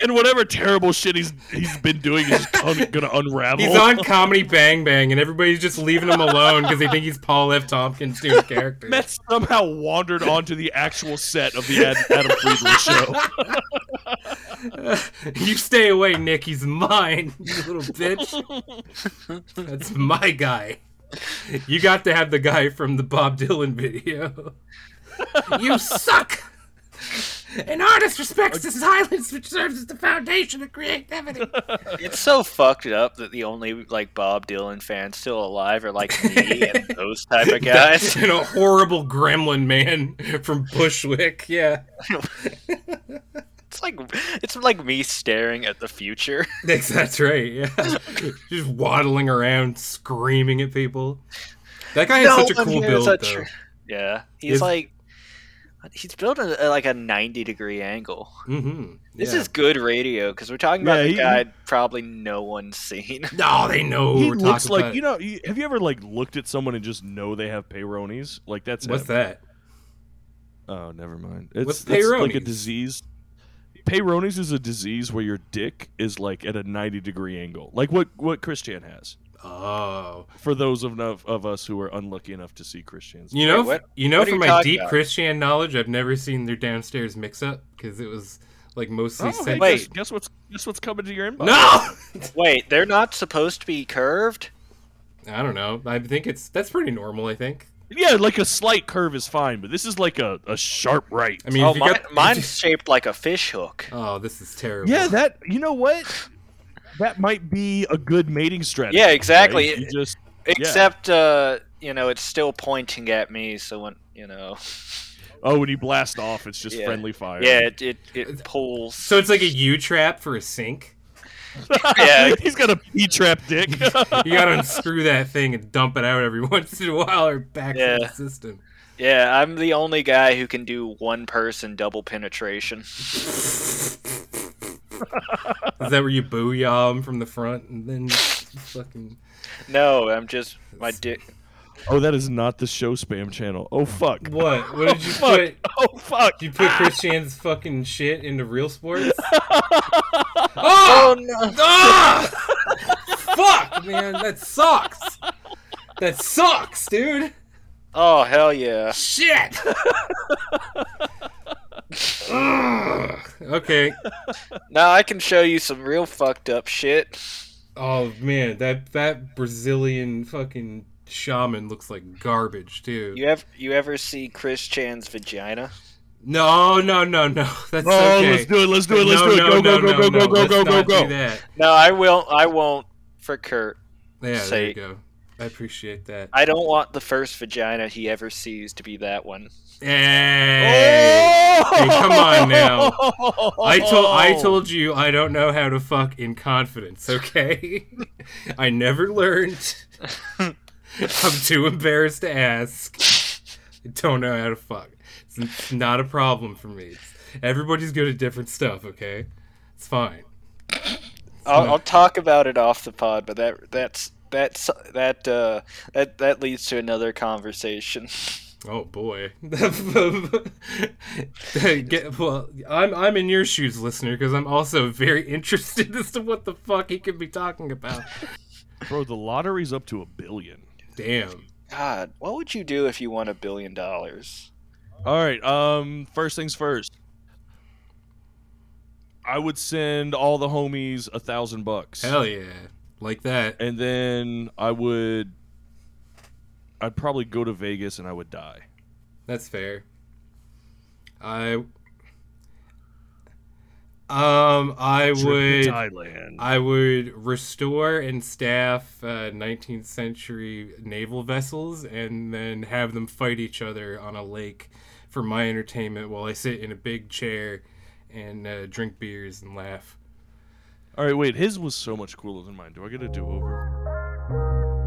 Speaker 6: And whatever terrible shit he's he's been doing is just un- gonna unravel.
Speaker 5: He's on Comedy Bang Bang, and everybody's just leaving him alone because they think he's Paul F. Tompkins doing character.
Speaker 6: Matt somehow wandered onto the actual set of the Ad- Adam Friedland show.
Speaker 5: You stay away, Nick. He's mine, you little bitch. That's my guy. You got to have the guy from the Bob Dylan video. You suck! An artist respects the silence which serves as the foundation of creativity.
Speaker 7: It's so fucked up that the only like Bob Dylan fans still alive are like me and those type of guys.
Speaker 5: and a horrible gremlin man from Bushwick. Yeah,
Speaker 7: It's like it's like me staring at the future.
Speaker 5: that's, that's right. Yeah, just waddling around, screaming at people. That guy has
Speaker 7: No
Speaker 5: such a
Speaker 7: one
Speaker 5: cool
Speaker 7: here
Speaker 5: build,
Speaker 7: is
Speaker 5: though.
Speaker 7: a tr- Yeah, he's
Speaker 5: If-
Speaker 7: like he's built at uh, like a ninety degree angle.
Speaker 5: Mm-hmm.
Speaker 7: This
Speaker 5: yeah.
Speaker 7: is good radio because we're talking about
Speaker 6: Yeah,
Speaker 7: the
Speaker 6: he-
Speaker 7: guy probably no one's seen.
Speaker 5: No, they know who
Speaker 6: he
Speaker 5: we're
Speaker 6: looks
Speaker 5: talking
Speaker 6: like
Speaker 5: about.
Speaker 6: you know. You, have you ever like looked at someone and just know they have peyronie's? Like that's
Speaker 5: What's
Speaker 6: him.
Speaker 5: that?
Speaker 6: Oh, never mind. It's,
Speaker 5: What's
Speaker 6: it's like a
Speaker 5: peyronie's?
Speaker 6: disease. Peyronie's is a disease where your dick is like at a ninety degree angle, like what what Christian has.
Speaker 5: Oh,
Speaker 6: For those of of us who are unlucky enough to see Christian's,
Speaker 5: you know,
Speaker 7: Wait, what-
Speaker 5: you know,
Speaker 7: what are
Speaker 5: from
Speaker 7: you
Speaker 5: my
Speaker 7: talking
Speaker 5: deep
Speaker 7: about?
Speaker 5: Christian knowledge, I've never seen their downstairs mix-up because it was like mostly.
Speaker 6: Oh, hey,
Speaker 5: sent-
Speaker 6: guess,
Speaker 7: Wait.
Speaker 6: guess what's guess what's coming to your inbox?
Speaker 5: no, I
Speaker 7: Wait, they're not supposed to be curved.
Speaker 5: don't know. I think it's that's pretty normal. I think.
Speaker 6: Yeah, like a slight curve is fine, but this is like a, a sharp right.
Speaker 5: I mean,
Speaker 7: oh,
Speaker 5: if you
Speaker 7: mine,
Speaker 5: got,
Speaker 7: mine's shaped like a fish hook.
Speaker 5: Oh, this is terrible.
Speaker 6: Yeah, that you know what? That might be a good mating strategy.
Speaker 7: Yeah, exactly.
Speaker 6: right? You just
Speaker 7: Except, uh, you know, it's still pointing at me. So when you know,
Speaker 6: oh, when you blast off, it's just
Speaker 7: Yeah.
Speaker 6: friendly fire.
Speaker 7: yeah, it it, it pulls.
Speaker 5: So it's like a U trap for a sink.
Speaker 7: yeah.
Speaker 6: he's got a P trap dick.
Speaker 5: You gotta unscrew that thing and dump it out every once in a while, or back to
Speaker 7: Yeah.
Speaker 5: the system.
Speaker 7: Yeah, I'm the only guy who can do one person double penetration.
Speaker 5: Is that where you booyah 'em from the front and then fucking?
Speaker 7: No, I'm just my dick.
Speaker 6: oh, that is not the show spam channel. Oh fuck.
Speaker 5: What? What did you
Speaker 6: Fuck.
Speaker 5: put?
Speaker 6: Oh fuck.
Speaker 5: Did you put Christian's fucking shit into real sports?
Speaker 7: Oh
Speaker 5: oh,
Speaker 7: no!
Speaker 5: ah! Fuck, man, that sucks. That sucks, dude.
Speaker 7: Oh hell yeah!
Speaker 5: Shit. Ugh. Okay.
Speaker 7: Now I can show you some real fucked up shit.
Speaker 5: Oh man, that that Brazilian fucking shaman looks like garbage too.
Speaker 7: You ever you ever see Chris Chan's vagina?
Speaker 5: No, no, no, no. That's
Speaker 6: Oh,
Speaker 5: okay.
Speaker 6: let's do it. Let's do it. Let's
Speaker 5: No,
Speaker 6: do it.
Speaker 5: no,
Speaker 6: Go,
Speaker 5: no,
Speaker 6: go,
Speaker 5: no, no.
Speaker 6: go, go, go, go,
Speaker 5: Let's
Speaker 6: go,
Speaker 5: not
Speaker 6: go,
Speaker 5: do that.
Speaker 7: No, I will. I won't for Kurt.
Speaker 5: Yeah, there you
Speaker 7: Say-
Speaker 5: go. I appreciate that.
Speaker 7: I don't want the first vagina he ever sees to be that one.
Speaker 5: Hey, Hey, come
Speaker 7: Oh!
Speaker 5: on now. I told I
Speaker 6: Oh.
Speaker 5: told you I don't know how to fuck in confidence. Okay, I never learned. I'm too embarrassed to ask. I don't know how to fuck. It's, it's not a problem for me. It's- everybody's good at different stuff. Okay, it's fine.
Speaker 7: I'll, I'll talk about it off the pod, but that that's that's that uh, that that leads to another conversation.
Speaker 5: Oh boy. Get- well, I'm I'm in your shoes, listener, because I'm also very interested as to what the fuck he could be talking about.
Speaker 6: Bro, the lottery's up to a billion.
Speaker 5: Damn.
Speaker 7: God, what would you do if you won a billion dollars?
Speaker 6: All right. Um, first things first. I would send all the homies a thousand bucks,
Speaker 5: Hell yeah. Like that.
Speaker 6: and then I would. I'd probably go to Vegas and I would die.
Speaker 5: That's fair. I um I
Speaker 6: Trip to
Speaker 5: would
Speaker 6: Thailand.
Speaker 5: I would restore and staff uh, 19th century naval vessels and then have them fight each other on a lake for my entertainment while I sit in a big chair and uh, drink beers and laugh.
Speaker 6: All right, wait. His was so much cooler than mine. Do I get a do over?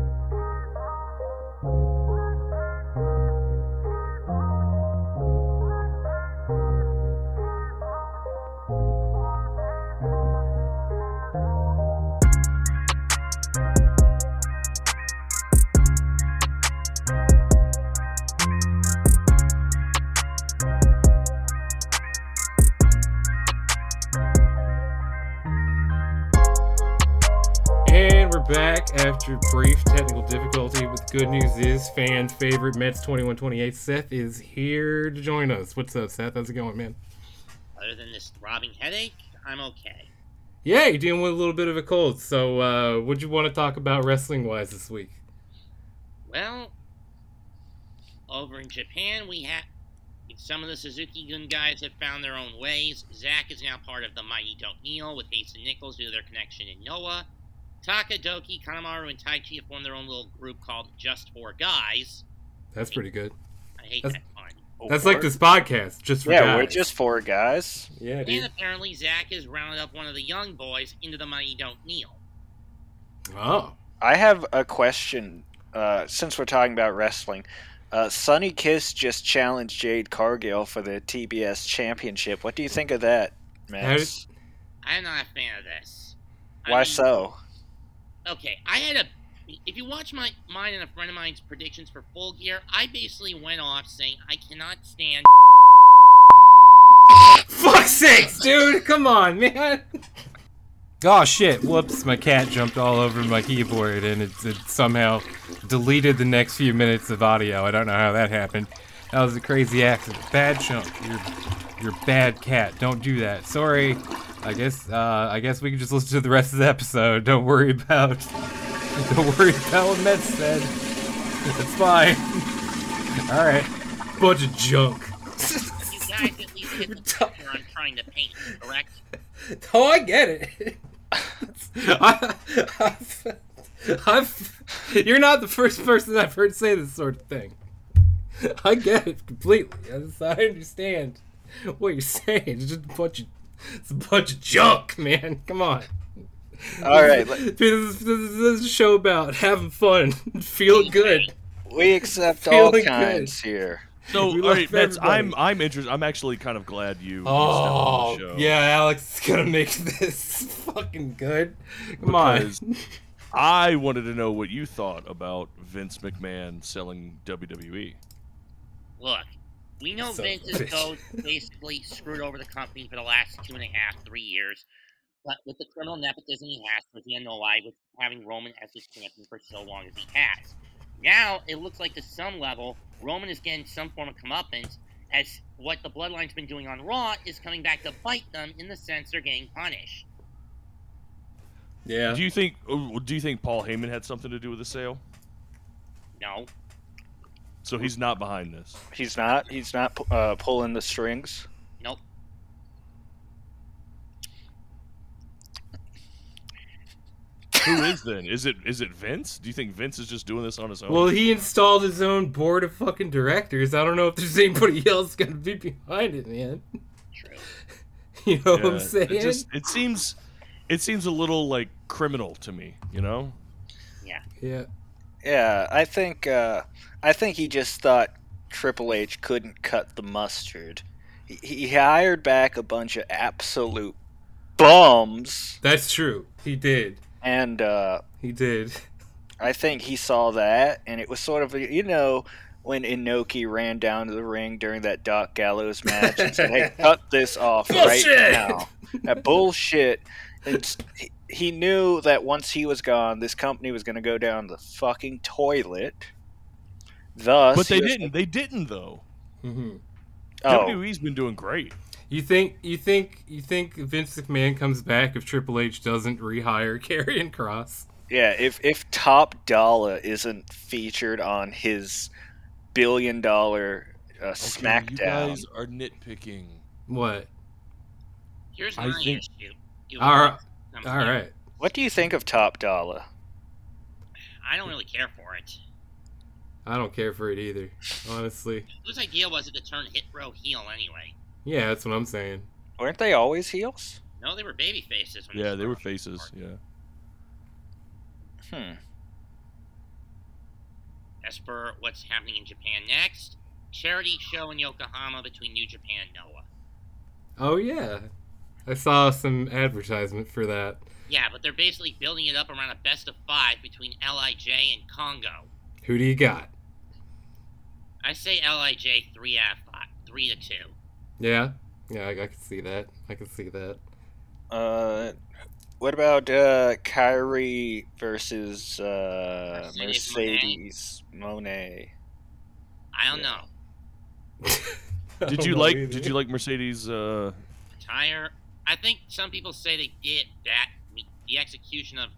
Speaker 5: And we're back after brief technical difficulty. But the good news is, fan favorite Mets 2128 Seth is here to join us. What's up, Seth? How's it going, man?
Speaker 8: Other than this throbbing headache, I'm okay.
Speaker 5: Yeah, you're dealing with a little bit of a cold. So, uh, what'd you want to talk about wrestling wise this week?
Speaker 8: Well, over in Japan, we have some of the Suzuki Gun guys have found their own ways. Zack is now part of the Mighty Don't Kneel with Ace and Nichols due to their connection in Noah. Takadoki, Kanemaru, and Taichi have formed their own little group called Just Four Guys.
Speaker 5: That's pretty good.
Speaker 8: I hate
Speaker 5: That's-
Speaker 8: that pun.
Speaker 5: That's like this podcast, just for
Speaker 7: Yeah,
Speaker 5: guys.
Speaker 7: we're just four guys.
Speaker 5: yeah,
Speaker 8: And
Speaker 5: dude.
Speaker 8: apparently, Zack has rounded up one of the young boys into the Mighty Don't Kneel.
Speaker 5: Oh,
Speaker 7: I have a question. Uh, since we're talking about wrestling, uh, Sunny Kiss just challenged Jade Cargill for the TBS Championship. What do you think of that, Max?
Speaker 8: I'm not a fan of this. I
Speaker 7: Why
Speaker 8: mean,
Speaker 7: so?
Speaker 8: okay, I had a. If you watch my mine and a friend of mine's predictions for Full Gear, I basically went off saying I cannot stand.
Speaker 5: fuck's sakes, dude! Come on, man. Oh shit! Whoops, my cat jumped all over my keyboard, and it, it somehow deleted the next few minutes of audio. I don't know how that happened. That was a crazy accident. Bad chump. You're you're a bad cat. Don't do that. Sorry. I guess uh, I guess we can just listen to the rest of the episode. Don't worry about don't worry about what Matt said. It's fine. All right. Bunch of junk.
Speaker 8: You guys at least get the picture I'm trying to paint, correct?
Speaker 5: Oh, I get it. I, I've, I've, you're not the first person I've heard say this sort of thing. I get it completely. I, just- I understand what you're saying. It's just a bunch of, it's a bunch of junk, man. Come on.
Speaker 7: All right, let-
Speaker 5: This is, this is, this is a show about having fun, feel good.
Speaker 7: we accept all
Speaker 5: Feeling
Speaker 7: kinds here.
Speaker 6: So,
Speaker 5: We
Speaker 6: all
Speaker 5: love
Speaker 6: right, Mets,
Speaker 5: everybody.
Speaker 6: I'm I'm interested. I'm actually kind of glad you. you stepped
Speaker 5: Oh,
Speaker 6: on the show.
Speaker 5: yeah, Alex is gonna make this fucking good. Come on.
Speaker 6: Because I wanted to know what you thought about Vince McMahon selling E. WWE.
Speaker 8: Look, we
Speaker 5: Son
Speaker 8: know
Speaker 5: of a
Speaker 8: Vince
Speaker 5: bitch.
Speaker 8: has both basically screwed over the company for the last two and a half, three years, but with the criminal nepotism he has, with the end of life, with having Roman as his champion for so long as he has. Now it looks like to some level Roman is getting some form of comeuppance, as what the Bloodline's been doing on Raw is coming back to bite them in the sense they're getting punished.
Speaker 5: Yeah.
Speaker 6: Do you think? oh, Do you think Paul Heyman had something to do with the sale?
Speaker 8: No,
Speaker 6: So he's not behind this.
Speaker 7: He's not. He's not pu- uh, pulling the strings.
Speaker 8: nope.
Speaker 6: Who is then? Is it is it Vince? Do you think Vince is just doing this on his own?
Speaker 5: Well, he installed his own board of fucking directors. I don't know if there's anybody else gonna be behind it, man.
Speaker 8: True.
Speaker 5: You know
Speaker 6: Yeah,
Speaker 5: what I'm saying?
Speaker 6: It, just, it seems it seems a little like criminal to me. You know?
Speaker 5: yeah.
Speaker 7: Yeah, I think. Uh, I think he just thought Triple H couldn't cut the mustard. He, he hired back a bunch of absolute bums,
Speaker 5: That's true. He did.
Speaker 7: and uh,
Speaker 5: He did.
Speaker 7: I think he saw that, and it was sort of you know. When Inoki ran down to the ring during that Doc Gallows match and said, "Hey, cut this off right
Speaker 5: Bullshit!
Speaker 7: now," that bullshit, and s- he- he knew that once he was gone, this company was going to go down the fucking toilet. Thus,
Speaker 6: But they
Speaker 7: he was-
Speaker 6: didn't. E They didn't though.
Speaker 5: hmm
Speaker 7: Oh,
Speaker 6: WWE's been doing great.
Speaker 5: You think? You think? You think Vince McMahon comes back if Triple H doesn't rehire Karrion Cross?
Speaker 7: yeah. If if Top Dollar isn't featured on his billion dollar uh, SmackDown,
Speaker 6: You guys are nitpicking.
Speaker 5: What?
Speaker 8: Here's
Speaker 6: I
Speaker 8: my
Speaker 6: think-
Speaker 8: issue. It
Speaker 5: All right.
Speaker 8: was-
Speaker 5: All right.
Speaker 7: what do you think of Top Dollar?
Speaker 8: I don't really care for it.
Speaker 5: I don't care for it either, honestly.
Speaker 8: Whose idea was it to turn Hit Row heel anyway?
Speaker 5: Yeah, that's what I'm saying.
Speaker 7: Weren't they always heels?
Speaker 8: No, they were baby faces. When
Speaker 6: Yeah, they were
Speaker 8: started.
Speaker 6: faces. Yeah.
Speaker 7: Hmm.
Speaker 8: As for what's happening in Japan next, charity show in Yokohama between New Japan and Noah.
Speaker 5: Oh yeah, I saw some advertisement for that.
Speaker 8: Yeah, but they're basically building it up around a best of five between Lij and Congo.
Speaker 5: Who do you got?
Speaker 8: I say Lij three out of five, three to two.
Speaker 5: Yeah, yeah, I, I can see that. I can see that.
Speaker 7: Uh, what about uh, Kyrie versus uh,
Speaker 8: Mercedes Moné?
Speaker 7: Mercedes Monet?
Speaker 8: I don't know.
Speaker 6: Did you like? Did you like Mercedes? Uh,
Speaker 8: Retire. I think some people say they did that. The execution of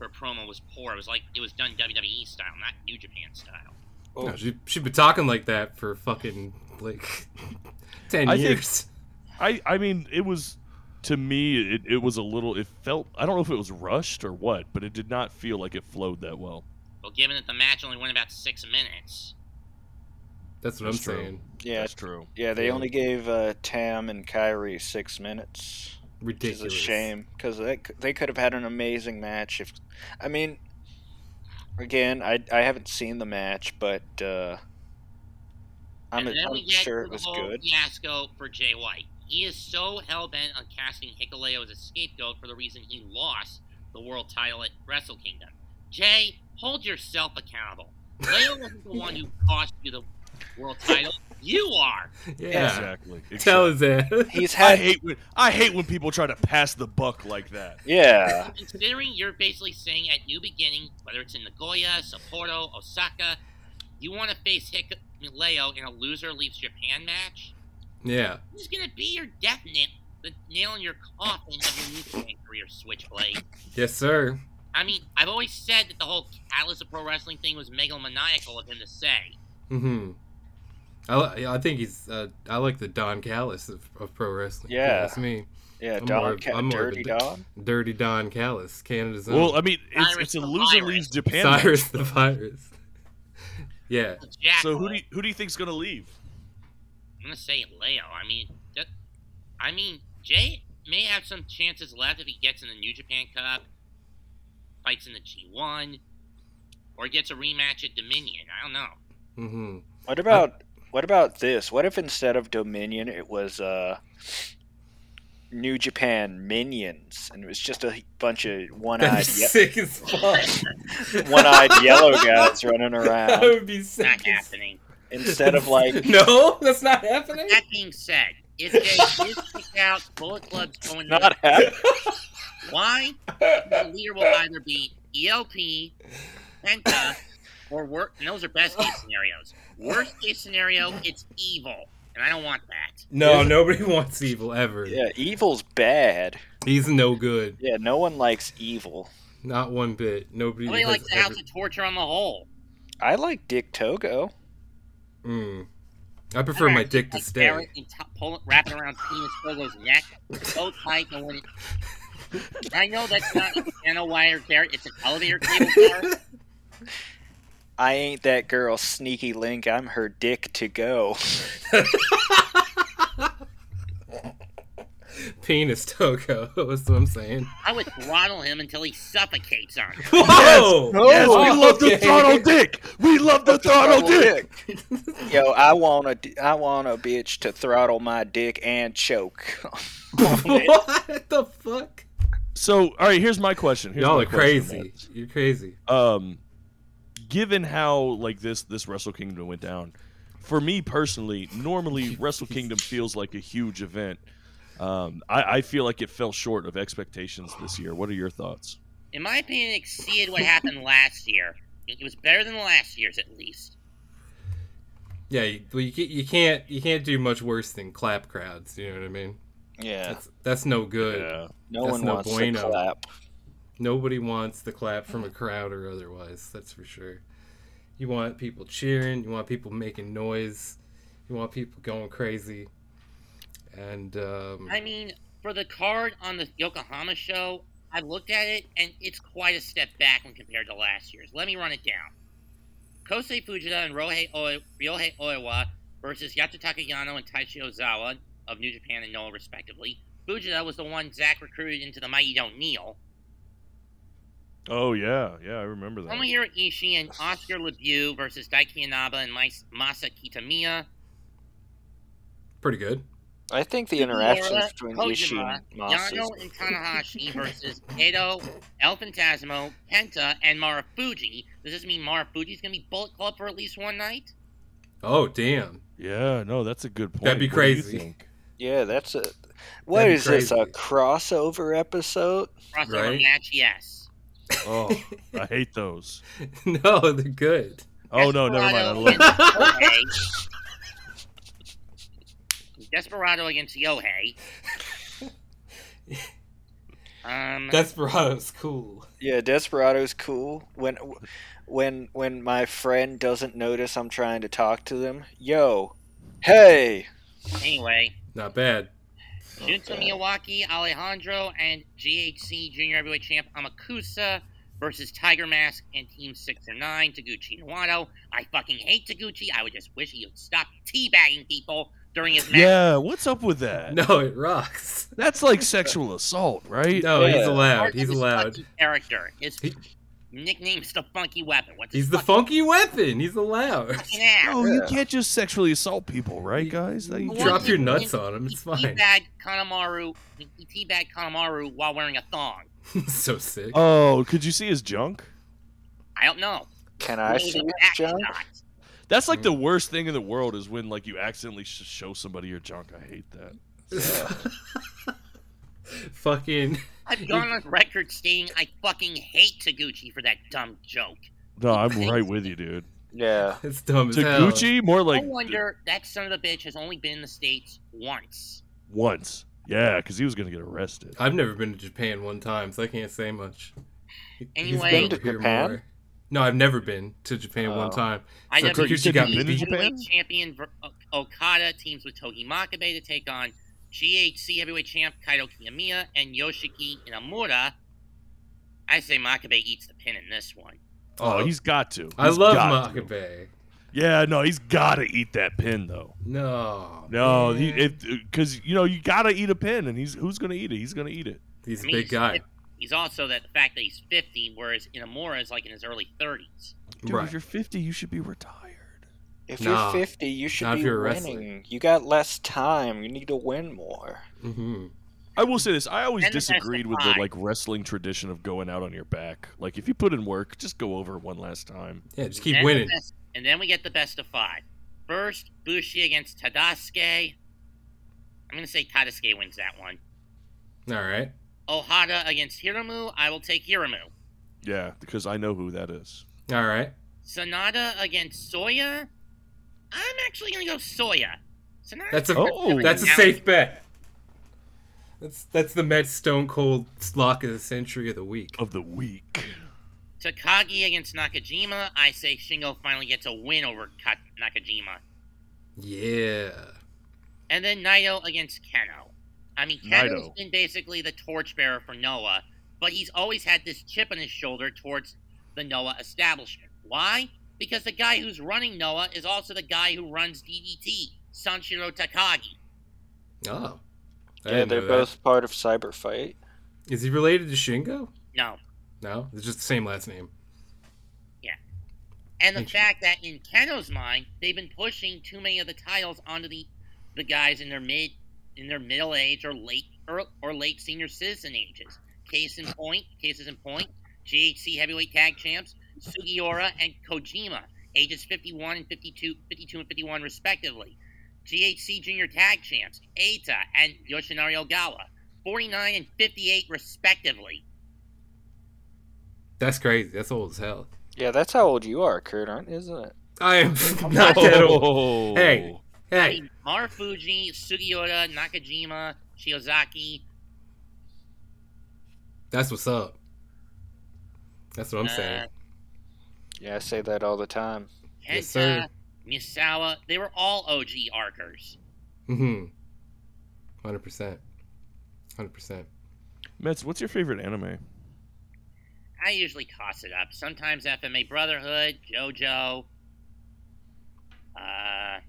Speaker 8: her promo was poor. It was like it was done WWE style, not New Japan style.
Speaker 7: Oh.
Speaker 5: No, she she'd been talking like that for fucking like ten
Speaker 6: I think-
Speaker 5: years.
Speaker 6: I I mean, it was to me. It, it was a little. It felt. I don't know if it was rushed or what, but it did not feel like it flowed that well.
Speaker 8: Well, given that the match only went about six minutes,
Speaker 5: That's what
Speaker 6: That's
Speaker 5: I'm
Speaker 6: true.
Speaker 5: saying.
Speaker 7: Yeah,
Speaker 6: That's true.
Speaker 7: yeah. They only gave uh, Tam and Kyrie six minutes. Which is
Speaker 5: Ridiculous.
Speaker 7: a shame because they, c- they could have had an amazing match if i mean again i, I haven't seen the match but uh, i'm,
Speaker 8: and then we
Speaker 7: I'm
Speaker 8: get
Speaker 7: sure
Speaker 8: to
Speaker 7: it
Speaker 8: the
Speaker 7: was
Speaker 8: whole
Speaker 7: good
Speaker 8: fiasco for Jay White. He is so hell bent on casting Hikuleo as a scapegoat for the reason he lost the world title at Wrestle Kingdom. Jay, hold yourself accountable. Leo wasn't the one who cost you the world title. You are.
Speaker 5: Yeah.
Speaker 6: Exactly.
Speaker 5: Tell
Speaker 6: exactly.
Speaker 5: his ass.
Speaker 7: he's
Speaker 6: I
Speaker 7: had
Speaker 6: hate when I hate when people try to pass the buck like that.
Speaker 7: yeah
Speaker 8: Considering you're basically saying at New Beginning, whether it's in Nagoya, Sapporo, Osaka, you want to face Hikuleo in a loser leaves Japan match?
Speaker 5: yeah.
Speaker 8: Who's gonna be your death nail, the nail in your coffin of your new Japan career, Switchblade?
Speaker 5: Yes, sir.
Speaker 8: I mean, I've always said that the whole catalyst of pro wrestling thing was megalomaniacal of him to say.
Speaker 5: Mm-hmm. I, li- yeah, I think he's. Uh, I like the Don Callis of, of pro wrestling. if you
Speaker 7: Yeah.
Speaker 5: ask me.
Speaker 7: yeah
Speaker 5: I'm
Speaker 7: don
Speaker 5: more of-
Speaker 7: Ca-
Speaker 5: I'm more of a
Speaker 7: dirty
Speaker 5: dick.
Speaker 7: don
Speaker 5: Dirty Don Callis, Canada's own.
Speaker 6: Well, uh, I mean, it's,
Speaker 8: Cyrus
Speaker 6: it's a
Speaker 8: the
Speaker 6: loser
Speaker 8: virus.
Speaker 6: leaves Japan. match.
Speaker 5: Cyrus the virus. yeah.
Speaker 8: Jack,
Speaker 6: So who do you, who do you think's gonna leave?
Speaker 8: I'm gonna say Leo. I mean, that, I mean, Jay may have some chances left if he gets in the New Japan Cup, fights in the G1, or gets a rematch at Dominion. I don't know.
Speaker 5: Mm-hmm.
Speaker 7: what about what about this what if instead of dominion it was uh new japan minions and it was just a bunch of one-eyed
Speaker 5: That'd be
Speaker 7: ye-
Speaker 5: sick as fuck.
Speaker 7: one-eyed yellow guys running around
Speaker 5: That would be sick.
Speaker 8: Not
Speaker 5: as-
Speaker 8: happening.
Speaker 7: instead of like
Speaker 5: no, that's not happening.
Speaker 8: That being said, if Jay is kicked out, Bullet Club's going to
Speaker 7: not happening
Speaker 8: Why? The leader will either be E ELP, Penta, or work. And those are best case scenarios. Worst case scenario, it's evil, and I don't want that.
Speaker 5: No, nobody wants evil ever.
Speaker 7: Yeah, evil's bad.
Speaker 5: He's no good.
Speaker 7: Yeah, no one likes evil.
Speaker 5: Not one bit. Nobody
Speaker 8: Nobody
Speaker 5: has
Speaker 8: likes the
Speaker 5: ever-
Speaker 8: House of Torture on the whole.
Speaker 7: I like Dick Togo.
Speaker 5: Mm. I prefer my dick to
Speaker 8: Like
Speaker 5: stay.
Speaker 8: Eric and t- pull it, wrap it around Penis Bogo's neck, so tight and when it. I know that's not a channel wire carrot, it's an elevator cable carrot.
Speaker 7: I ain't that girl, Sneaky Link. I'm her Dick to go.
Speaker 5: Penis Togo. That's what I'm saying.
Speaker 8: I would throttle him until he suffocates on it.
Speaker 5: Whoa!
Speaker 2: Yes, we love the
Speaker 5: Okay.
Speaker 2: throttle dick. We Oh, love the throttle dick.
Speaker 7: Yo, I want a, I want a bitch to throttle my dick and choke.
Speaker 5: what the fuck?
Speaker 6: So, all right, here's my question. Here's
Speaker 5: Y'all
Speaker 6: my
Speaker 5: are
Speaker 6: question,
Speaker 5: crazy.
Speaker 6: Matt.
Speaker 5: You're crazy.
Speaker 6: Um, given how like this this Wrestle Kingdom went down, for me personally, normally Wrestle Kingdom feels like a huge event. Um, I, I feel like it fell short of expectations this year. What are your thoughts?
Speaker 8: In my opinion, it exceeded what happened last year. It was better than last year's, at least.
Speaker 5: Yeah, you, well, you, ca- you can't you can't do much worse than clap crowds. You know what I mean?
Speaker 7: Yeah,
Speaker 5: That's that's no good.
Speaker 7: no
Speaker 5: that's
Speaker 7: one
Speaker 5: no
Speaker 7: wants
Speaker 5: bueno.
Speaker 7: to clap.
Speaker 5: Nobody wants the clap from a crowd or otherwise. That's for sure. You want people cheering. You want people making noise. You want people going crazy. And um,
Speaker 8: I mean, for the card on the Yokohama show, I looked at it and it's quite a step back when compared to last year's. Let me run it down. Kosei Fujita and Rohei, Oi- Ryohei Oiwa versus Yatutaka Yano and Taichi Ozawa of New Japan and Noah, respectively. Fujita was the one Zack recruited into the Mighty Don't Kneel.
Speaker 6: Oh yeah, yeah, I remember that.
Speaker 8: Tomohiro Ishii and Oscar Lemieux versus Daiki Inaba and Mas- Masa Kitamiya.
Speaker 5: pretty good.
Speaker 7: I think the interactions
Speaker 8: Kimura,
Speaker 7: between Ishii
Speaker 8: Kojima,
Speaker 7: and Moss is
Speaker 8: Yano and Tanahashi versus Edo, El Fantasmo, Penta, and Marufuji. Does this mean Marufuji's gonna be Bullet Club for at least one night?
Speaker 5: Oh damn!
Speaker 6: Yeah, no, that's a good point.
Speaker 5: That'd be
Speaker 6: What do you
Speaker 5: crazy.
Speaker 6: think?
Speaker 7: Yeah, that's a. What
Speaker 5: be
Speaker 7: is this? A
Speaker 5: crazy.
Speaker 7: crossover episode?
Speaker 8: Crossover
Speaker 5: Right.
Speaker 8: match, yes.
Speaker 6: Oh, I hate those.
Speaker 5: no, they're good.
Speaker 6: Oh no, never mind. I
Speaker 8: Desperado
Speaker 6: love it.
Speaker 8: against Yohei. Desperado against Yohei. Um,
Speaker 5: Desperado's cool.
Speaker 7: Yeah, Desperado's cool. When, when, when my friend doesn't notice I'm trying to talk to them. Yo, hey.
Speaker 8: anyway,
Speaker 5: Not bad.
Speaker 8: Junta Miyawaki, Alejandro, and GHC Junior Heavyweight Champ Amakusa versus Tiger Mask and Team 6 or 9, Taguchi Iwano. I fucking hate Taguchi. I would just wish he would stop teabagging people during his match.
Speaker 6: Yeah, what's up with that?
Speaker 5: No, it rocks.
Speaker 6: That's like sexual assault, right?
Speaker 5: No,
Speaker 7: Yeah.
Speaker 5: he's allowed.
Speaker 8: Part of
Speaker 5: He's
Speaker 8: his
Speaker 5: allowed.
Speaker 8: fucking Character. His
Speaker 5: He-
Speaker 8: nickname's the Funky Weapon. What's his
Speaker 5: He's the Oh,
Speaker 8: fucking
Speaker 5: funky weapon. He's allowed.
Speaker 8: fucking ass?
Speaker 6: No, you can't just sexually assault people, right, guys? That-
Speaker 5: You
Speaker 8: Well,
Speaker 5: drop
Speaker 8: he-
Speaker 5: your nuts
Speaker 8: he-
Speaker 5: on him. It's
Speaker 8: he
Speaker 5: fine.
Speaker 8: Teabagged Kanemaru. He teabagged Kanemaru while wearing a thong.
Speaker 5: so sick.
Speaker 6: Oh, could you see his junk?
Speaker 8: I don't know.
Speaker 7: Can I see
Speaker 8: Maybe
Speaker 7: your
Speaker 8: that's
Speaker 7: junk?
Speaker 8: not.
Speaker 6: That's like the
Speaker 5: Mm.
Speaker 6: worst thing in the world is when like you accidentally sh- show somebody your junk. I hate that.
Speaker 5: Fucking.
Speaker 8: I've gone on record stating I fucking hate Taguchi for that dumb joke.
Speaker 6: No, I'm right with you, dude.
Speaker 7: Yeah.
Speaker 5: It's dumb as hell.
Speaker 6: Taguchi, more like
Speaker 8: I wonder that son of a bitch has only been in the states once.
Speaker 6: once. Yeah, because he was gonna get arrested.
Speaker 5: I've never been to Japan one time, so I can't say much. He's
Speaker 8: Anyway-
Speaker 5: been
Speaker 7: to
Speaker 5: here
Speaker 7: Japan?
Speaker 5: more. No, I've never been to Japan one
Speaker 7: Oh.
Speaker 5: time.
Speaker 8: I E
Speaker 5: So
Speaker 8: never
Speaker 5: Taguchi
Speaker 8: seen
Speaker 5: got
Speaker 8: the
Speaker 5: been to
Speaker 8: heavyweight
Speaker 6: Japan?
Speaker 8: champion Ver- O- Okada teams with Togi Makabe to take on GHC heavyweight champ Kaido Kiyomiya and Yoshiki Inamura. I say Makabe eats the pin in this one.
Speaker 6: Oh, he's got to.
Speaker 5: uh, I
Speaker 6: He's
Speaker 5: love
Speaker 6: got to.
Speaker 5: Makabe.
Speaker 6: Yeah, no, he's gotta eat that pin though.
Speaker 5: No.
Speaker 6: No,
Speaker 5: man.
Speaker 6: he because you know you gotta eat a pin, and he's who's gonna eat it? He's gonna eat it.
Speaker 5: he's a
Speaker 8: I mean,
Speaker 5: big guy.
Speaker 8: He's also that the fact that he's 50, whereas Inamura is like in his early 30s.
Speaker 6: Dude,
Speaker 5: right.
Speaker 6: if you're 50, you should be retired.
Speaker 7: If
Speaker 5: Nah.
Speaker 7: you're 50, you should
Speaker 5: Not if
Speaker 7: be
Speaker 5: you're a wrestler.
Speaker 7: winning. You got less time. You need to win more.
Speaker 5: Mhm.
Speaker 6: I will say this: I always
Speaker 8: And the best
Speaker 6: disagreed
Speaker 8: of
Speaker 6: with the
Speaker 8: five.
Speaker 6: like wrestling tradition of going out on your back. Like if you put in work, just go over it one last time.
Speaker 5: Yeah, just keep
Speaker 8: Then the
Speaker 5: winning.
Speaker 8: best- and then we get the best of five. First, Bushi against Tadasuke. I'm going to say Tadasuke wins that one.
Speaker 5: All right.
Speaker 8: Ohada against Hiramu. I will take Hiramu.
Speaker 6: Yeah, because I know who that is.
Speaker 5: All right.
Speaker 8: Sonata against Soya. I'm actually going to go Soya. Sonata
Speaker 5: That's a
Speaker 6: Oh.
Speaker 5: that's a safe bet. That's that's the Mets Stone Cold Lock of the Century of the Week.
Speaker 6: of the week.
Speaker 8: Takagi against Nakajima. I say Shingo finally gets a win over Ka- Nakajima.
Speaker 5: Yeah.
Speaker 8: And then Naito against Keno. I mean, Keno's
Speaker 6: Naito.
Speaker 8: been basically the torchbearer for Noah, but he's always had this chip on his shoulder towards the Noah establishment. Why? Because the guy who's running Noah is also the guy who runs DDT, Sanshiro Takagi.
Speaker 5: Oh. I
Speaker 7: Yeah,
Speaker 5: didn't
Speaker 7: they're
Speaker 5: know that.
Speaker 7: both part of Cyber Fight.
Speaker 5: Is he related to Shingo?
Speaker 8: No.
Speaker 5: No, it's just the same last name.
Speaker 8: And the
Speaker 5: Interesting.
Speaker 8: fact that in Keno's mind, they've been pushing too many of the titles onto the the guys in their mid in their middle age or late or, or late senior citizen ages. Case in point, cases in point, GHC heavyweight tag champs Sugiura and Kojima, ages 51 and 52, 52 and 51 respectively. GHC junior tag champs Eita and Yoshinari Ogawa, 49 and 58 respectively.
Speaker 5: That's crazy. That's old as hell.
Speaker 7: Yeah, that's how old you are, Kurt, aren't isn't it?
Speaker 5: I am not that old.
Speaker 6: Oh.
Speaker 5: Hey. Hey.
Speaker 8: Hey, Marufuji, Sugiura, Nakajima, Shiozaki,
Speaker 5: That's what's up. That's what I'm saying.
Speaker 7: Yeah, I say that all the time.
Speaker 8: Kenta,
Speaker 5: Yes, sir.
Speaker 8: Misawa, they were all OG archers.
Speaker 5: Mm-hmm. Hundred percent. Hundred percent.
Speaker 6: Mets, what's your favorite anime?
Speaker 8: I usually toss it up. Sometimes FMA Brotherhood, JoJo. Uh,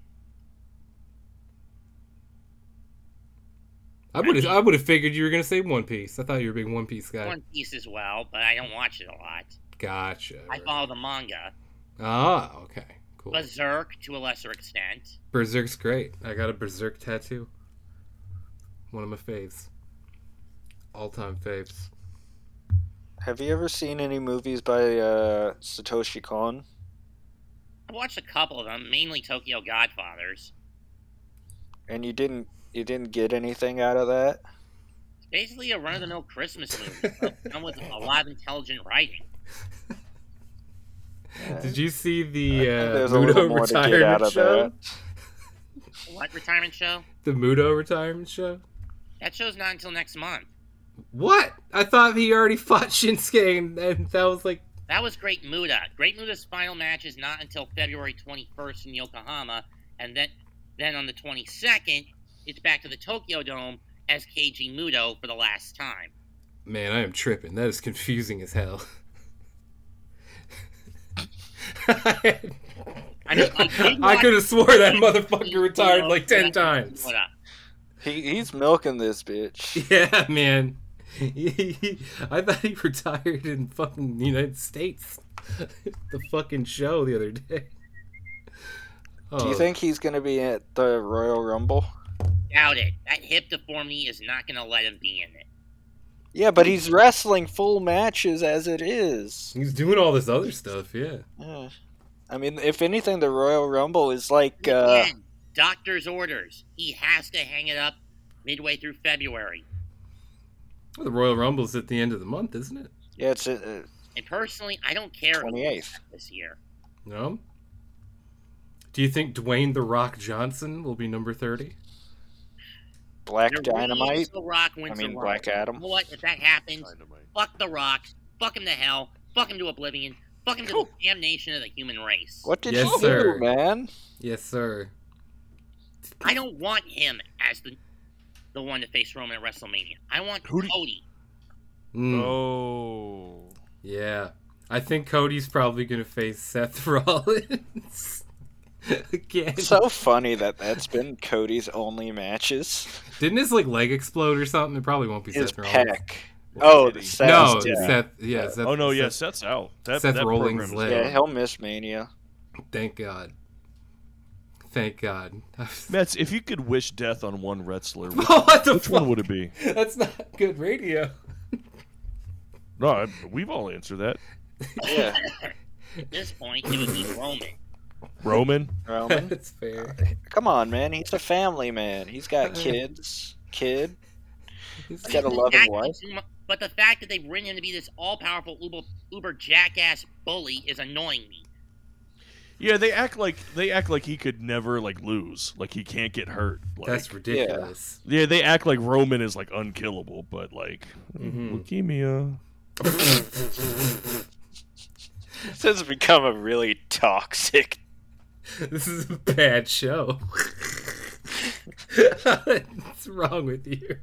Speaker 5: I would have I would have figured you were gonna say One Piece. I thought you were a big One Piece guy.
Speaker 8: One Piece as well, but I don't watch it a lot.
Speaker 5: Gotcha.
Speaker 8: I follow the manga.
Speaker 5: Ah, okay. Cool.
Speaker 8: Berserk to a lesser extent.
Speaker 5: Berserk's great. I got a Berserk tattoo. One of my faves. All time faves.
Speaker 7: Have you ever seen any movies by uh, Satoshi Kon?
Speaker 8: I watched a couple of them, mainly Tokyo Godfathers.
Speaker 7: And you didn't you didn't get anything out of that?
Speaker 8: It's basically a run of the mill Christmas movie, but done with a lot of intelligent writing.
Speaker 5: Did you see the
Speaker 7: I think
Speaker 5: uh,
Speaker 7: There's a little
Speaker 5: Mudo
Speaker 7: more to get out
Speaker 5: retirement
Speaker 7: of
Speaker 5: show?
Speaker 7: that.
Speaker 8: What retirement show?
Speaker 5: The Mudo retirement show?
Speaker 8: That show's not until next month.
Speaker 5: What? I thought he already fought Shinsuke, and, and that was like,
Speaker 8: That was Great Muda. Great Muda's final match is not until February 21st in Yokohama, and then then on the 22nd, it's back to the Tokyo Dome as KG Muto for the last time.
Speaker 5: man, I am tripping. That is confusing as hell.
Speaker 8: I mean, I did
Speaker 5: I
Speaker 8: watch-
Speaker 5: could have swore that motherfucker retired like ten times.
Speaker 8: Muda.
Speaker 7: He, he's milking this bitch.
Speaker 5: Yeah, man. I thought he retired in fucking the United States. the fucking show the other day.
Speaker 7: Do you
Speaker 5: Oh,
Speaker 7: think he's gonna be at the Royal Rumble?
Speaker 8: Doubt it. That hip deformity is not going to let him be in it.
Speaker 7: Yeah, but he's wrestling full matches as it is.
Speaker 5: he's doing all this other stuff? Yeah.
Speaker 7: Yeah. I mean, if anything, the Royal Rumble is like uh,
Speaker 8: Again, doctor's orders. He has to hang it up midway through February.
Speaker 5: Well, the Royal Rumble's at the end of the month, isn't it?
Speaker 7: yeah, it's uh,
Speaker 8: And personally, I don't care
Speaker 7: twenty eighth.
Speaker 8: this year.
Speaker 5: No. Do you think Dwayne the Rock Johnson will be number thirty?
Speaker 7: Black
Speaker 8: They're really
Speaker 7: Dynamite.
Speaker 8: so Rock wins
Speaker 7: I mean,
Speaker 8: the
Speaker 7: Black
Speaker 8: Rumble.
Speaker 7: Adam.
Speaker 8: You know what? If that happens, fuck The Rock, fuck him to hell, fuck him to oblivion, fuck him to the damnation of the human race.
Speaker 7: What did
Speaker 5: Yes,
Speaker 7: you
Speaker 5: sir.
Speaker 7: do, man?
Speaker 5: Yes, sir.
Speaker 8: I don't want him as the the one to face Roman at WrestleMania. I want
Speaker 6: Who do you-
Speaker 8: Cody.
Speaker 5: Mm,
Speaker 6: Oh.
Speaker 5: Yeah. I think Cody's probably gonna face Seth Rollins again.
Speaker 7: It's so funny that that's been Cody's only matches.
Speaker 5: Didn't his like leg explode or something? It probably won't be
Speaker 7: His
Speaker 5: Seth Rollins.
Speaker 7: peck. Oh,
Speaker 6: Did he?
Speaker 7: Seth.
Speaker 5: No,
Speaker 7: yeah.
Speaker 5: Seth. Yeah, Seth.
Speaker 6: Oh no,
Speaker 5: Seth-
Speaker 6: yeah, Seth's out. That,
Speaker 5: Seth
Speaker 6: that
Speaker 5: Rollins'
Speaker 6: program is
Speaker 5: leg.
Speaker 6: out.
Speaker 7: yeah, he'll miss Mania.
Speaker 5: Thank God. Thank God. Oh,
Speaker 6: Mets, if you could wish death on one wrestler, which,
Speaker 5: what the
Speaker 6: which
Speaker 5: fuck?
Speaker 6: one would it be?
Speaker 5: That's not good radio.
Speaker 6: No, I, we've all answered that.
Speaker 7: Yeah,
Speaker 8: At this point, it would be Roman.
Speaker 6: Roman.
Speaker 7: Roman.
Speaker 5: That's fair.
Speaker 7: Come on, man. He's a family man. He's
Speaker 6: Uh.
Speaker 7: got kids. Kid.
Speaker 5: He's
Speaker 7: He's got a
Speaker 8: The
Speaker 7: loving
Speaker 8: fact
Speaker 7: wife.
Speaker 8: that you mu- But the fact that they've written him to be this all powerful uber, uber jackass bully is annoying me.
Speaker 6: Yeah, they act like they act like he could never like lose, like he can't get hurt. Like,
Speaker 5: That's ridiculous.
Speaker 6: yeah, they act like Roman is like unkillable, but like
Speaker 7: Hmm. Mm-hmm.
Speaker 5: Mhm.
Speaker 6: leukemia.
Speaker 7: This has become a really toxic.
Speaker 5: This is a bad show. What's wrong with you?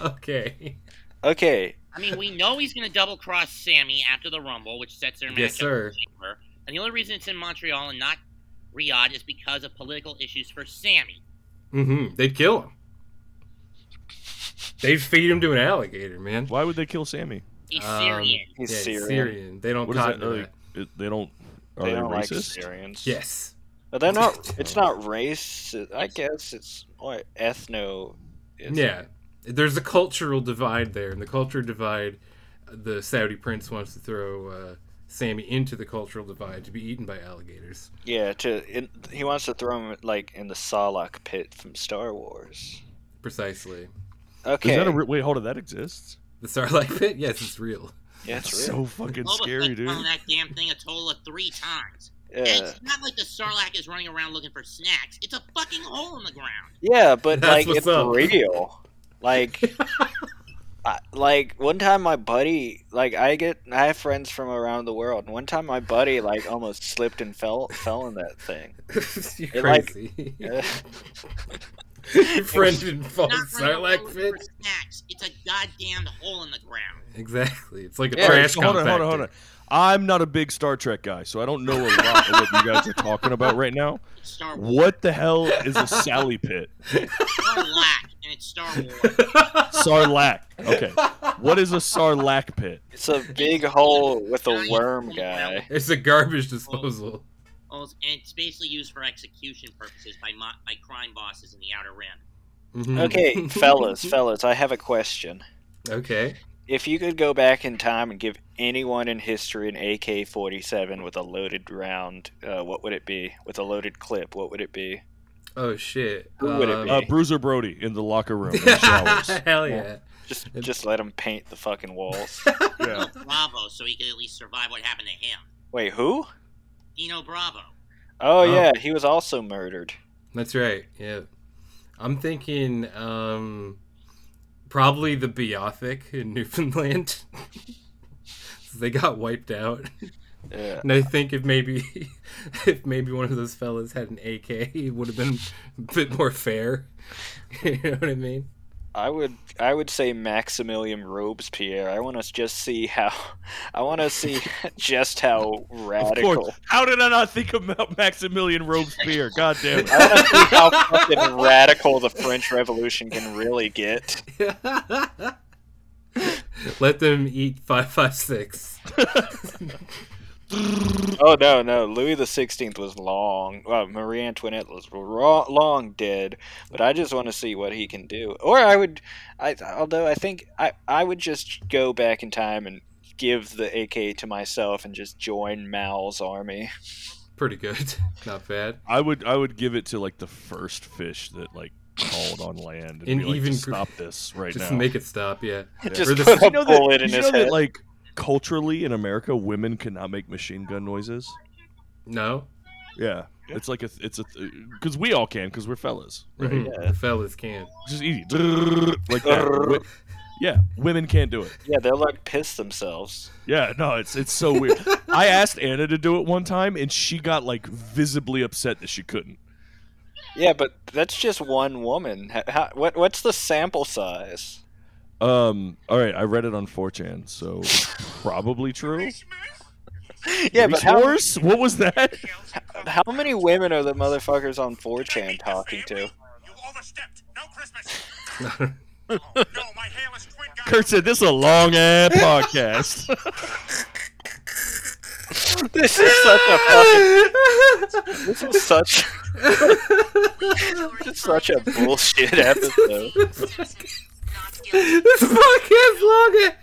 Speaker 5: Okay.
Speaker 7: Okay,
Speaker 8: I mean, we know he's going to double cross Sammy after the Rumble, which sets their match
Speaker 5: Yes,
Speaker 8: up
Speaker 5: sir.
Speaker 8: in Chamber. And the only reason it's in Montreal and not Riyadh is because of political issues for Sammy.
Speaker 5: Mm-hmm. They'd kill him. They'd feed him to an alligator, man.
Speaker 6: Why would they kill Sammy?
Speaker 8: He's
Speaker 5: Um,
Speaker 8: Syrian.
Speaker 7: he's
Speaker 5: Yeah,
Speaker 7: Syrian.
Speaker 5: They don't
Speaker 6: What is
Speaker 5: cotton
Speaker 6: that?
Speaker 5: to
Speaker 6: Are
Speaker 5: that.
Speaker 6: they, it- they don't. Are
Speaker 7: Oh, uh, They
Speaker 6: they,
Speaker 7: don't like
Speaker 6: racist?
Speaker 7: Syrians.
Speaker 5: Yes.
Speaker 7: but they're not. It's not race. I guess it's or ethno. is-
Speaker 5: Yeah. There's a cultural divide there, and the culture divide, the Saudi prince wants to throw uh, Sammy into the cultural divide to be eaten by alligators.
Speaker 7: Yeah, to in, he wants to throw him like in the Salak pit from Star Wars.
Speaker 5: Precisely.
Speaker 7: Okay,
Speaker 6: Is that a re- wait? Hold on, that exists.
Speaker 5: The Starlight Pit? Yes, it's real.
Speaker 7: yeah, it's
Speaker 6: That's
Speaker 7: real.
Speaker 6: so fucking
Speaker 8: Boba
Speaker 6: scary,
Speaker 8: Fett
Speaker 6: dude.
Speaker 8: found that damn thing a total of three times. And
Speaker 7: yeah.
Speaker 8: it's not like the Sarlacc is running around looking for snacks. It's a fucking hole in the ground.
Speaker 7: yeah, but
Speaker 5: That's
Speaker 7: like
Speaker 5: what's
Speaker 7: it's
Speaker 5: up.
Speaker 7: real. Like, I, like one time my buddy, like I get, I have friends from around the world, and one time my buddy like almost slipped and fell, fell in that thing.
Speaker 5: You're
Speaker 7: It, like-
Speaker 5: crazy.
Speaker 7: Yeah.
Speaker 5: Your friend didn't fall in
Speaker 8: Not running around
Speaker 5: Oh, Sarlacc
Speaker 8: looking
Speaker 5: Pit.
Speaker 8: for snacks. It's a goddamn hole in the ground.
Speaker 5: Exactly. It's like a
Speaker 7: Yeah,
Speaker 5: trash
Speaker 6: hold on,
Speaker 5: compactor.
Speaker 6: hold on, hold on. I'm not a big Star Trek guy, so I don't know a lot of what you guys are talking about right now.
Speaker 8: It's Star Wars.
Speaker 6: What the hell is a Sally Pit?
Speaker 8: Sarlacc, and it's Star Wars.
Speaker 6: Sarlacc. Okay. What is a Sarlacc pit?
Speaker 7: It's a big hole with a
Speaker 8: Giant
Speaker 7: worm
Speaker 8: hole in the ground
Speaker 7: guy.
Speaker 5: It's a garbage disposal.
Speaker 8: with holes, And it's basically used for execution purposes by mo- by crime bosses in the Outer Rim.
Speaker 6: Mm-hmm.
Speaker 5: Mhm.
Speaker 7: Okay, fellas, fellas, I have a question.
Speaker 5: Okay.
Speaker 7: If you could go back in time and give anyone in history an AK-47 with a loaded round, uh, what would it be? With a loaded clip, what would it be?
Speaker 5: Oh shit.
Speaker 7: Who would it
Speaker 5: Um,
Speaker 7: be?
Speaker 6: Uh, Bruiser Brody in the locker room in the showers.
Speaker 5: Hell yeah.
Speaker 7: Just,
Speaker 5: It-
Speaker 7: just let him paint the fucking walls.
Speaker 6: Yeah.
Speaker 8: Bravo, so he could at least survive what happened to him.
Speaker 7: Wait, who?
Speaker 8: Dino Bravo.
Speaker 7: Oh,
Speaker 5: Oh.
Speaker 7: yeah, he was also murdered.
Speaker 5: That's right. Yeah. I'm thinking um probably the Beothic in Newfoundland. they got wiped out.
Speaker 7: Yeah.
Speaker 5: And I think if maybe if maybe one of those fellas had an AK, it would have been a bit more fair. you know what I mean?
Speaker 7: I would, I would say Maximilian Robespierre. I want to just see how, I want to see just how
Speaker 6: Of
Speaker 7: radical.
Speaker 6: course. How did I not think about Maximilian Robespierre? God damn it.
Speaker 7: I want to see how fucking radical the French Revolution can really get.
Speaker 5: Let them eat five five six.
Speaker 7: Oh no, no! Louis the Sixteenth was long. Well, Marie Antoinette was ro- long dead. But I just want to see what he can do. Or I would, I although I think I I would just go back in time and give the AK to myself and just join Mao's army.
Speaker 5: Pretty good. Not bad.
Speaker 6: I would I would give it to like the first fish that like called on land and
Speaker 5: In
Speaker 6: be like,
Speaker 5: even
Speaker 6: "Just
Speaker 5: gr-
Speaker 6: stop this right
Speaker 5: Just
Speaker 6: now.
Speaker 5: make it stop, yeah.
Speaker 7: just
Speaker 5: Or the-
Speaker 7: put
Speaker 5: you
Speaker 7: a
Speaker 6: you know that,
Speaker 7: bullet in
Speaker 6: you
Speaker 7: his
Speaker 6: know that,
Speaker 7: head.
Speaker 6: like culturally in America women cannot make machine gun noises.
Speaker 5: No?
Speaker 6: Yeah. It's like a it's a because we all can because we're fellas, right?
Speaker 5: Mhm.
Speaker 7: Yeah.
Speaker 5: The fellas can.
Speaker 6: It's just easy like that. Wi- Yeah, women can't do it.
Speaker 7: yeah, they'll like piss themselves.
Speaker 6: Yeah, no, it's it's so weird. I asked Anna to do it one time, and she got like visibly upset that she couldn't.
Speaker 7: Yeah, but that's just one woman. How, how, what what's the sample size?
Speaker 6: Um, all right, I read it on 4chan, so probably true.
Speaker 7: Yeah, but how,
Speaker 6: Resource? What was that?
Speaker 7: How many women are the motherfuckers on 4chan talking to?
Speaker 9: You overstepped. No Christmas.
Speaker 5: That's
Speaker 9: Oh, no, my hairless twin guy.
Speaker 6: Kurt said this is a long ass podcast.
Speaker 7: This is such a fucking. This is such. this is such a bullshit episode.
Speaker 5: this podcast long as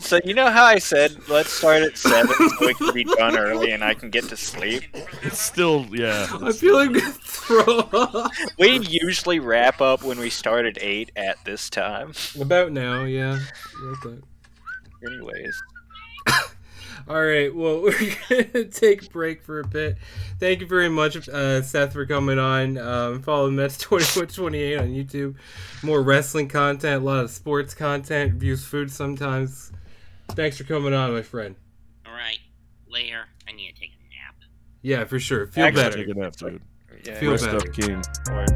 Speaker 7: So you know how I said let's start at seven so we can be done early and I can get to sleep.
Speaker 6: It's still, yeah.
Speaker 5: I feel like I'm gonna throw up.
Speaker 7: We usually wrap up when we start at eight at this time.
Speaker 5: About now, yeah. Okay.
Speaker 7: Anyways,
Speaker 5: All right. Well, we're gonna take a break for a bit. Thank you very much, uh, Seth, for coming on. Um, follow Mets twenty four twenty eight on YouTube. More wrestling content, a lot of sports content, reviews food sometimes. Thanks for coming on, my friend.
Speaker 8: All right, later. I need to take a nap.
Speaker 5: Yeah, for sure. Feel
Speaker 7: Excellent.
Speaker 5: better.
Speaker 6: Take a nap, dude.
Speaker 7: Yeah.
Speaker 5: Feel
Speaker 6: Rest
Speaker 5: better.
Speaker 6: up, King.
Speaker 7: Or-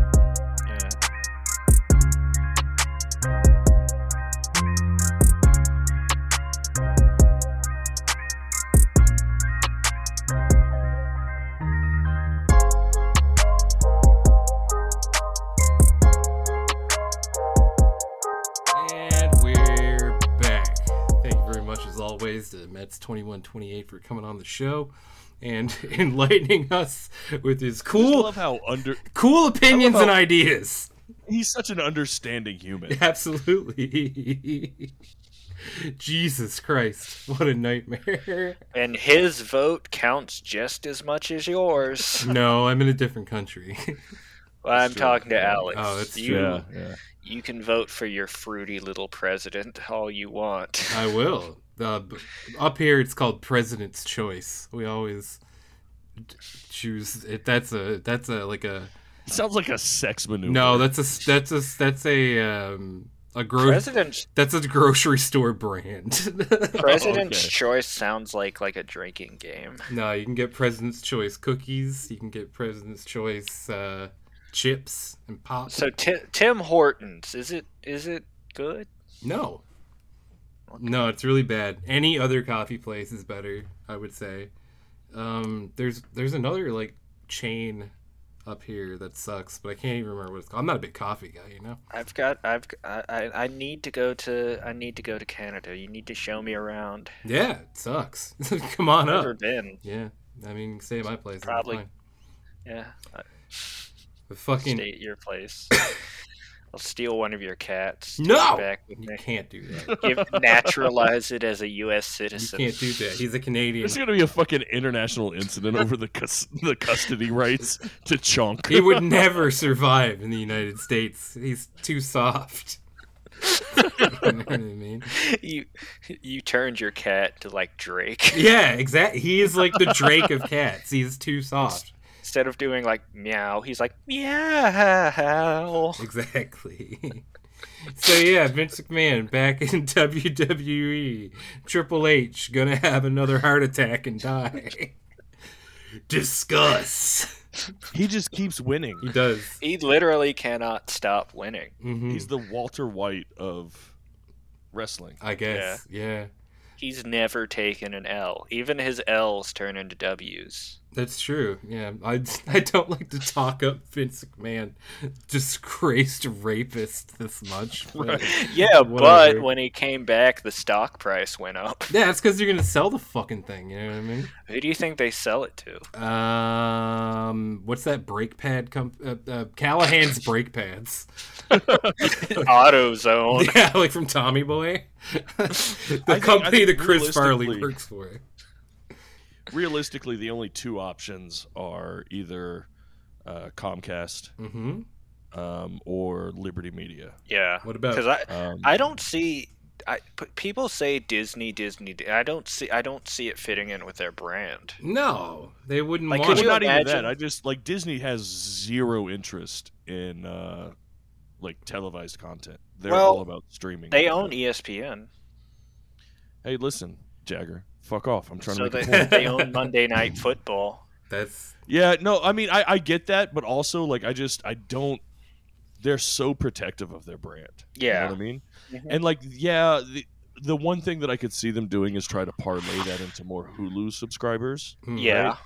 Speaker 7: yeah.
Speaker 5: And we're back. Thank you very much, as always, to Mets 2128 for coming on the show and enlightening us with his
Speaker 6: I
Speaker 5: cool,
Speaker 6: love how under
Speaker 5: cool opinions
Speaker 6: I love
Speaker 5: and
Speaker 6: how-
Speaker 5: ideas.
Speaker 6: he's such an understanding human.
Speaker 5: Absolutely. Jesus Christ, what a nightmare.
Speaker 7: And his vote counts just as much as yours.
Speaker 5: No, I'm in a different country.
Speaker 7: Well, I'm talking to Alex.
Speaker 5: Oh, that's
Speaker 7: you,
Speaker 5: true.
Speaker 6: yeah.
Speaker 7: you can vote for your fruity little president all you want.
Speaker 5: I will. Uh, b- up here, it's called President's Choice. We always d- choose. It, that's a that's a like a
Speaker 6: It sounds like a sex maneuver.
Speaker 5: No, that's a that's a that's a um a gro-
Speaker 7: President's
Speaker 5: that's a grocery store brand.
Speaker 7: President's
Speaker 6: okay.
Speaker 7: Choice sounds like like a drinking game.
Speaker 5: no, you can get President's Choice cookies. You can get President's Choice uh, chips and pop.
Speaker 7: So Ti- Tim Hortons is it is it good?
Speaker 5: no, no, it's really bad. Any other coffee place is better, I would say. Um, there's there's another like chain up here that sucks, but I can't even remember what it's called. I'm not a big coffee guy, you know.
Speaker 7: I've got I've I, I I need to go to I need to go to Canada. You need to show me around.
Speaker 5: Yeah, it sucks. Come on
Speaker 7: Never
Speaker 5: up.
Speaker 7: been.
Speaker 5: Yeah, I mean, stay at my place. it'll be
Speaker 7: Probably
Speaker 5: fine.
Speaker 7: Yeah, I-
Speaker 5: But fucking
Speaker 7: stay at your place. I'll steal one of your cats. take it
Speaker 5: No!
Speaker 7: back with
Speaker 5: You
Speaker 7: me.
Speaker 5: can't do that.
Speaker 7: Give, naturalize it as a U.S.
Speaker 5: You
Speaker 7: citizen.
Speaker 5: can't do that. He's a Canadian.
Speaker 6: There's gonna be a fucking international incident over the cus- the custody rights to Chunk.
Speaker 5: He would never survive in the United States. He's too soft. you know what I mean?
Speaker 7: you you turned your cat to like Drake
Speaker 5: Yeah, exactly. He is like the Drake of cats. He's too soft.
Speaker 7: instead of doing like meow. He's like meow.
Speaker 5: Exactly. So yeah, Vince McMahon back in WWE. Triple H gonna have another heart attack and die. Discuss.
Speaker 6: He just keeps winning.
Speaker 5: He does.
Speaker 7: He literally cannot stop winning.
Speaker 5: Mhm.
Speaker 6: He's the Walter White of wrestling.
Speaker 5: I guess. yeah.
Speaker 7: He's never taken an L. Even his L's turn into W's.
Speaker 5: That's true. Yeah, I, I don't like to talk up Vince McMahon, disgraced rapist, this much. but-
Speaker 7: Yeah,
Speaker 5: Whatever.
Speaker 7: but when he came back, the stock price went up.
Speaker 5: Yeah, it's because you're gonna sell the fucking thing. You know what I mean?
Speaker 7: Who do you think they sell it to?
Speaker 5: Um, what's that brake pad? Comp- uh, uh, Callahan's brake pads.
Speaker 6: Oh,
Speaker 7: AutoZone.
Speaker 5: Yeah, like from Tommy Boy, the
Speaker 6: I think-
Speaker 5: company
Speaker 6: I
Speaker 5: that
Speaker 6: think
Speaker 5: Chris Farley
Speaker 6: realistically-
Speaker 5: works for.
Speaker 6: Realistically, the only two options are either uh, Comcast
Speaker 5: Mm-hmm.
Speaker 6: um, or Liberty Media.
Speaker 7: Yeah.
Speaker 5: What about-
Speaker 7: Because I,
Speaker 6: Um,
Speaker 7: I don't see. I p- people say Disney, Disney. Di- I don't see. I don't see it fitting in with their brand.
Speaker 5: No, they wouldn't
Speaker 7: Like,
Speaker 5: want.
Speaker 7: could
Speaker 6: Well,
Speaker 7: you
Speaker 6: not even
Speaker 7: imagine-
Speaker 6: that. I just like Disney has zero interest in uh, like televised content. They're
Speaker 7: Well,
Speaker 6: all about streaming.
Speaker 7: They own E ESPN,
Speaker 6: Hey, listen, Jagger, fuck off. I'm trying
Speaker 7: so
Speaker 6: to make
Speaker 7: they,
Speaker 6: a point.
Speaker 7: they own Monday Night Football.
Speaker 5: That's
Speaker 6: Yeah, no, I mean, I, I get that, but also like I just I don't. They're so protective of their brand. you
Speaker 7: Yeah.
Speaker 6: know what I mean.
Speaker 7: Mhm.
Speaker 6: And like, yeah, the the one thing that I could see them doing is try to parlay that into more Hulu subscribers.
Speaker 5: mm,
Speaker 7: Yeah,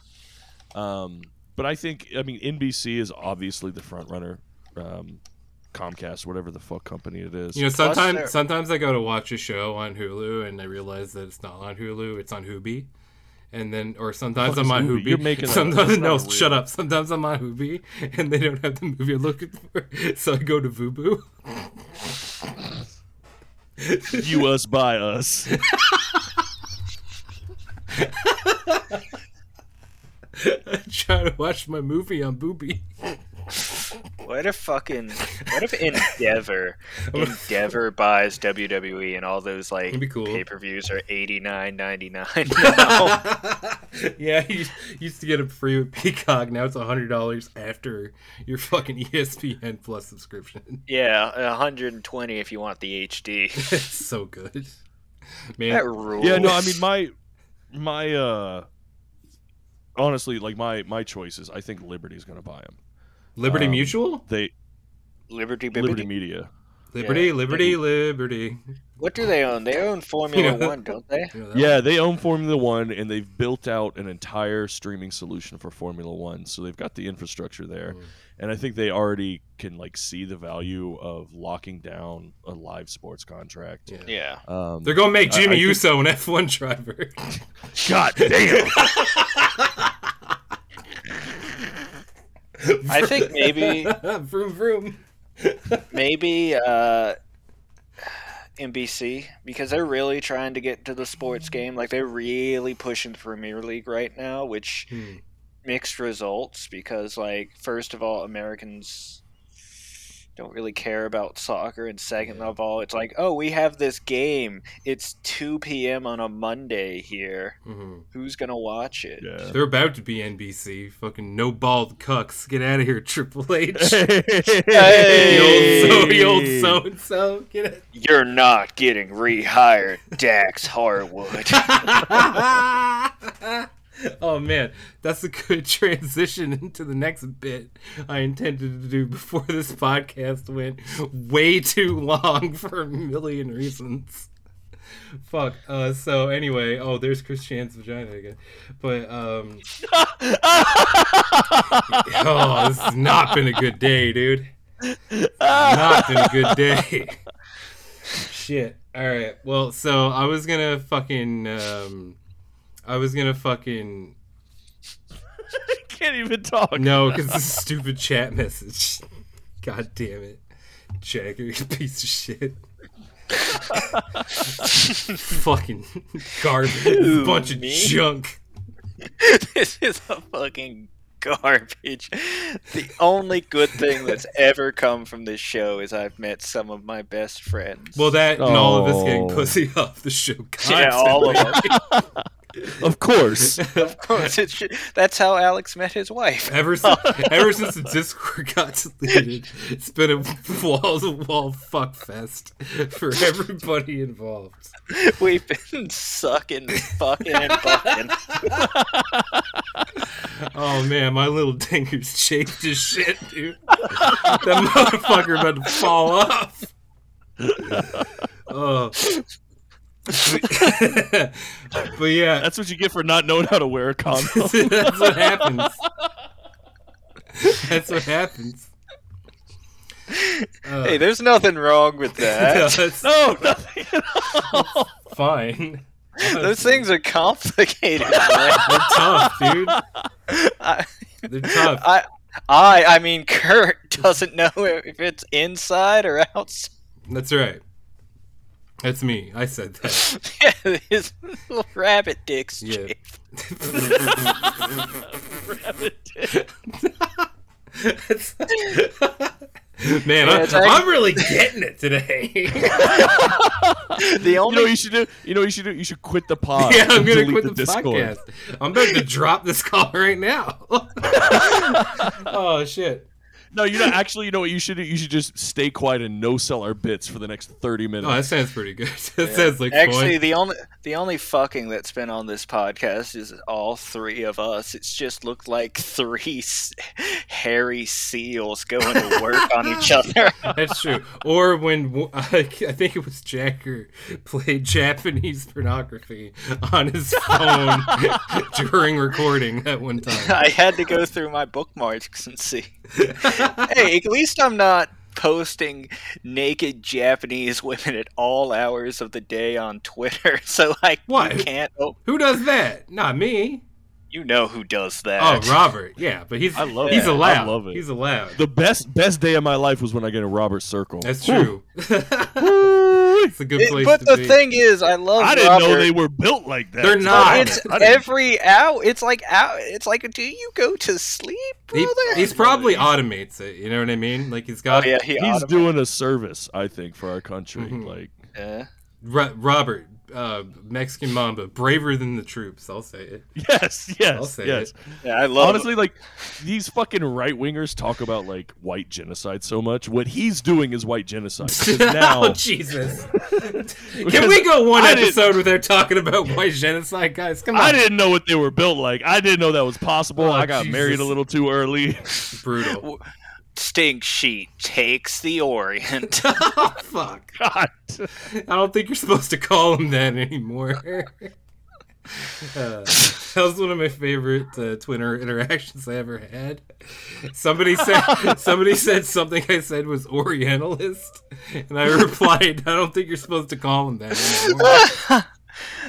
Speaker 6: right? Um, but I think I mean NBC is obviously the front runner. Um, Comcast, whatever the fuck company it is.
Speaker 5: You know,
Speaker 7: Plus
Speaker 5: sometimes
Speaker 7: there-
Speaker 5: sometimes I go to watch a show on Hulu and I realize that it's not on Hulu; it's on Hooby. And then, or sometimes
Speaker 6: Fuck
Speaker 5: I'm
Speaker 6: is
Speaker 5: on
Speaker 6: Tubi?
Speaker 5: Hooby.
Speaker 6: You're making that up.
Speaker 5: sometimes
Speaker 6: That's
Speaker 5: no,
Speaker 6: not real.
Speaker 5: shut up. Sometimes I'm on Hooby, and they don't have the movie I'm looking for, so I go to Vubu.
Speaker 6: you us by us.
Speaker 5: I try to watch my movie on Booby.
Speaker 7: What if fucking what if Endeavor Endeavor buys WWE and all those like
Speaker 5: That'd be cool.
Speaker 7: pay per views are eighty nine ninety nine now?
Speaker 5: yeah, you used- you used to get it free with Peacock. Now it's hundred dollars after your fucking E ESPN Plus subscription.
Speaker 7: yeah, hundred and twenty if you want the HD.
Speaker 5: it's so good, man.
Speaker 7: That rules.
Speaker 6: Yeah, no, I mean my my uh honestly, like my my choices, I think Liberty's going to buy them.
Speaker 5: Liberty
Speaker 6: um,
Speaker 5: Mutual,
Speaker 6: They
Speaker 7: Liberty
Speaker 6: Liberty
Speaker 7: Bibbity.
Speaker 6: Media.
Speaker 5: Liberty,
Speaker 7: yeah.
Speaker 5: Liberty, Liberty.
Speaker 7: What do they own? They own Formula
Speaker 5: You know-
Speaker 7: One, don't they?
Speaker 5: You know that
Speaker 6: Yeah, they own Formula 1 and they've built out an entire streaming solution for Formula 1. So they've got the infrastructure there.
Speaker 5: Mm.
Speaker 6: And I think they already can like see the value of locking down a live sports contract.
Speaker 5: Yeah.
Speaker 7: Yeah.
Speaker 6: Um,
Speaker 5: They're gonna make
Speaker 6: I- I
Speaker 5: Jimmy
Speaker 6: think-
Speaker 5: Uso an F one driver.
Speaker 6: God damn.
Speaker 7: I think maybe
Speaker 5: vroom vroom.
Speaker 7: maybe uh, NBC because they're really trying to get to the sports game. Like they're really pushing the Premier League right now, which
Speaker 5: Hmm.
Speaker 7: mixed results because like first of all, Americans don't really care about soccer and second of all it's like oh we have this game it's 2 p.m on a monday here
Speaker 6: Mm-hmm.
Speaker 5: Mhm.
Speaker 7: who's gonna watch it
Speaker 6: Yeah.
Speaker 5: They're about to be NBC. Fucking no bald cucks. Get out of here, Triple H. The old so and so. Get it.
Speaker 7: you're not getting rehired dax harwood
Speaker 5: oh man, that's a good transition into the next bit I intended to do before this podcast went way too long for a million reasons. Fuck. Uh, so anyway, oh, there's Chris Chan's vagina again. But um, oh, this has not been a good day, dude. Not been a good day. Shit. All right. Well, so I was gonna fucking um, I was gonna fucking
Speaker 6: can't even talk.
Speaker 5: no, because this stupid chat message. God damn it, Jagger, you piece of shit. fucking garbage,
Speaker 7: Who,
Speaker 5: bunch of
Speaker 7: me?
Speaker 5: junk.
Speaker 7: this is a fucking garbage. The only good thing that's ever come from this show is I've met some of my best friends.
Speaker 5: Well, that and all of us getting
Speaker 6: Oh.
Speaker 5: pussy off the show.
Speaker 7: yeah, all of them.
Speaker 6: Of course.
Speaker 7: of course, it's ju- that's how Alex met his wife.
Speaker 5: Ever since, ever since the Discord got deleted, it's been a wall to wall fuck fest for everybody involved.
Speaker 7: We've been sucking, fucking, and fucking.
Speaker 5: Oh man, my little dinger's shaped as shit, dude. that motherfucker about to fall off. Oh. but yeah,
Speaker 6: That's what you get for not knowing how to wear a condom.
Speaker 5: that's what happens. That's what happens. Uh,
Speaker 7: Hey, there's nothing wrong with that. Oh,
Speaker 5: that's
Speaker 6: no, nothing.
Speaker 5: fine.
Speaker 7: Those things are complicated. man.
Speaker 5: They're tough, dude.
Speaker 7: I,
Speaker 5: They're tough.
Speaker 7: I, I, I mean, Kurt doesn't know if it's inside or outside.
Speaker 5: That's right. That's me. I said that.
Speaker 7: Yeah, his little rabbit dicks.
Speaker 5: Yeah. That's- Man,
Speaker 7: Yeah,
Speaker 5: I,
Speaker 7: it's like-
Speaker 5: I'm really getting it today. yeah,
Speaker 7: The
Speaker 6: You know what
Speaker 7: only
Speaker 6: you should do? You know what you should do? You should quit the pod.
Speaker 5: I'm
Speaker 6: and
Speaker 5: gonna
Speaker 6: delete
Speaker 5: quit the, podcast. I'm about to drop this call right now. oh shit!
Speaker 6: No, you know actually you know what you should do? You should just stay quiet and no sell our bits for the next thirty minutes.
Speaker 5: Oh, that sounds pretty good. That sounds like
Speaker 7: actually
Speaker 5: fun.
Speaker 7: the only the only fucking that's been on this podcast is all three of us. It's just looked like three s- hairy seals going to work on each other.
Speaker 5: That's true. Or when I think it was Jacker played Japanese pornography on his phone during recording at one time.
Speaker 7: I had to go through my bookmarks and see. hey, at least I'm not posting naked Japanese women at all hours of the day on Twitter, so I
Speaker 5: Why?
Speaker 7: you can't. Oh,
Speaker 5: Who does that? Not me.
Speaker 7: you know who does that?
Speaker 5: Oh, Robert. Yeah, but he's
Speaker 6: I love
Speaker 5: he's
Speaker 6: it.
Speaker 5: allowed.
Speaker 6: I love it.
Speaker 5: He's allowed.
Speaker 6: the best best day of my life was when I got a Robert Circle.
Speaker 5: That's
Speaker 6: Whew.
Speaker 5: true.
Speaker 6: Really?
Speaker 5: It's a good
Speaker 7: It-
Speaker 5: place
Speaker 7: but
Speaker 5: to
Speaker 7: the
Speaker 5: be.
Speaker 7: thing is, I love.
Speaker 6: I didn't know
Speaker 7: Robert.
Speaker 6: they were built like that.
Speaker 5: They're not.
Speaker 6: I
Speaker 7: It's
Speaker 6: didn't-
Speaker 7: every hour. It's like hour. It's like, do you go to sleep,
Speaker 5: He,
Speaker 7: brother?
Speaker 5: he's probably automates it. You know what I mean? Like he's
Speaker 7: Oh
Speaker 5: got
Speaker 7: yeah, he
Speaker 6: He's
Speaker 7: automated-
Speaker 6: doing a service, I think, for our country.
Speaker 5: Mhm.
Speaker 6: Like,
Speaker 7: Yeah.
Speaker 5: Ro- Robert, uh, Mexican Mamba, braver than the troops. I'll say it.
Speaker 6: yes,
Speaker 5: I'll
Speaker 6: yes,
Speaker 5: say
Speaker 6: yes.
Speaker 5: it.
Speaker 7: Yeah, I love.
Speaker 6: Honestly, like these fucking right wingers talk about like white genocide so much. What he's doing is white genocide. 'Cause
Speaker 5: oh
Speaker 6: now,
Speaker 5: Jesus! Can
Speaker 6: Because
Speaker 5: we go one
Speaker 6: I didn't-
Speaker 5: episode without talking about white genocide, guys? Come on,
Speaker 6: I didn't know what they were built like. I didn't know that was possible.
Speaker 5: Oh,
Speaker 6: I got
Speaker 5: Jesus.
Speaker 6: married a little too early.
Speaker 5: brutal.
Speaker 7: Stink sheet takes the Orient.
Speaker 5: oh, fuck!
Speaker 6: God.
Speaker 5: I don't think you're supposed to call him that anymore. Uh, that was one of my favorite uh, Twitter interactions I ever had. Somebody said somebody said something I said was Orientalist, and I replied, "I don't think you're supposed to call him that anymore."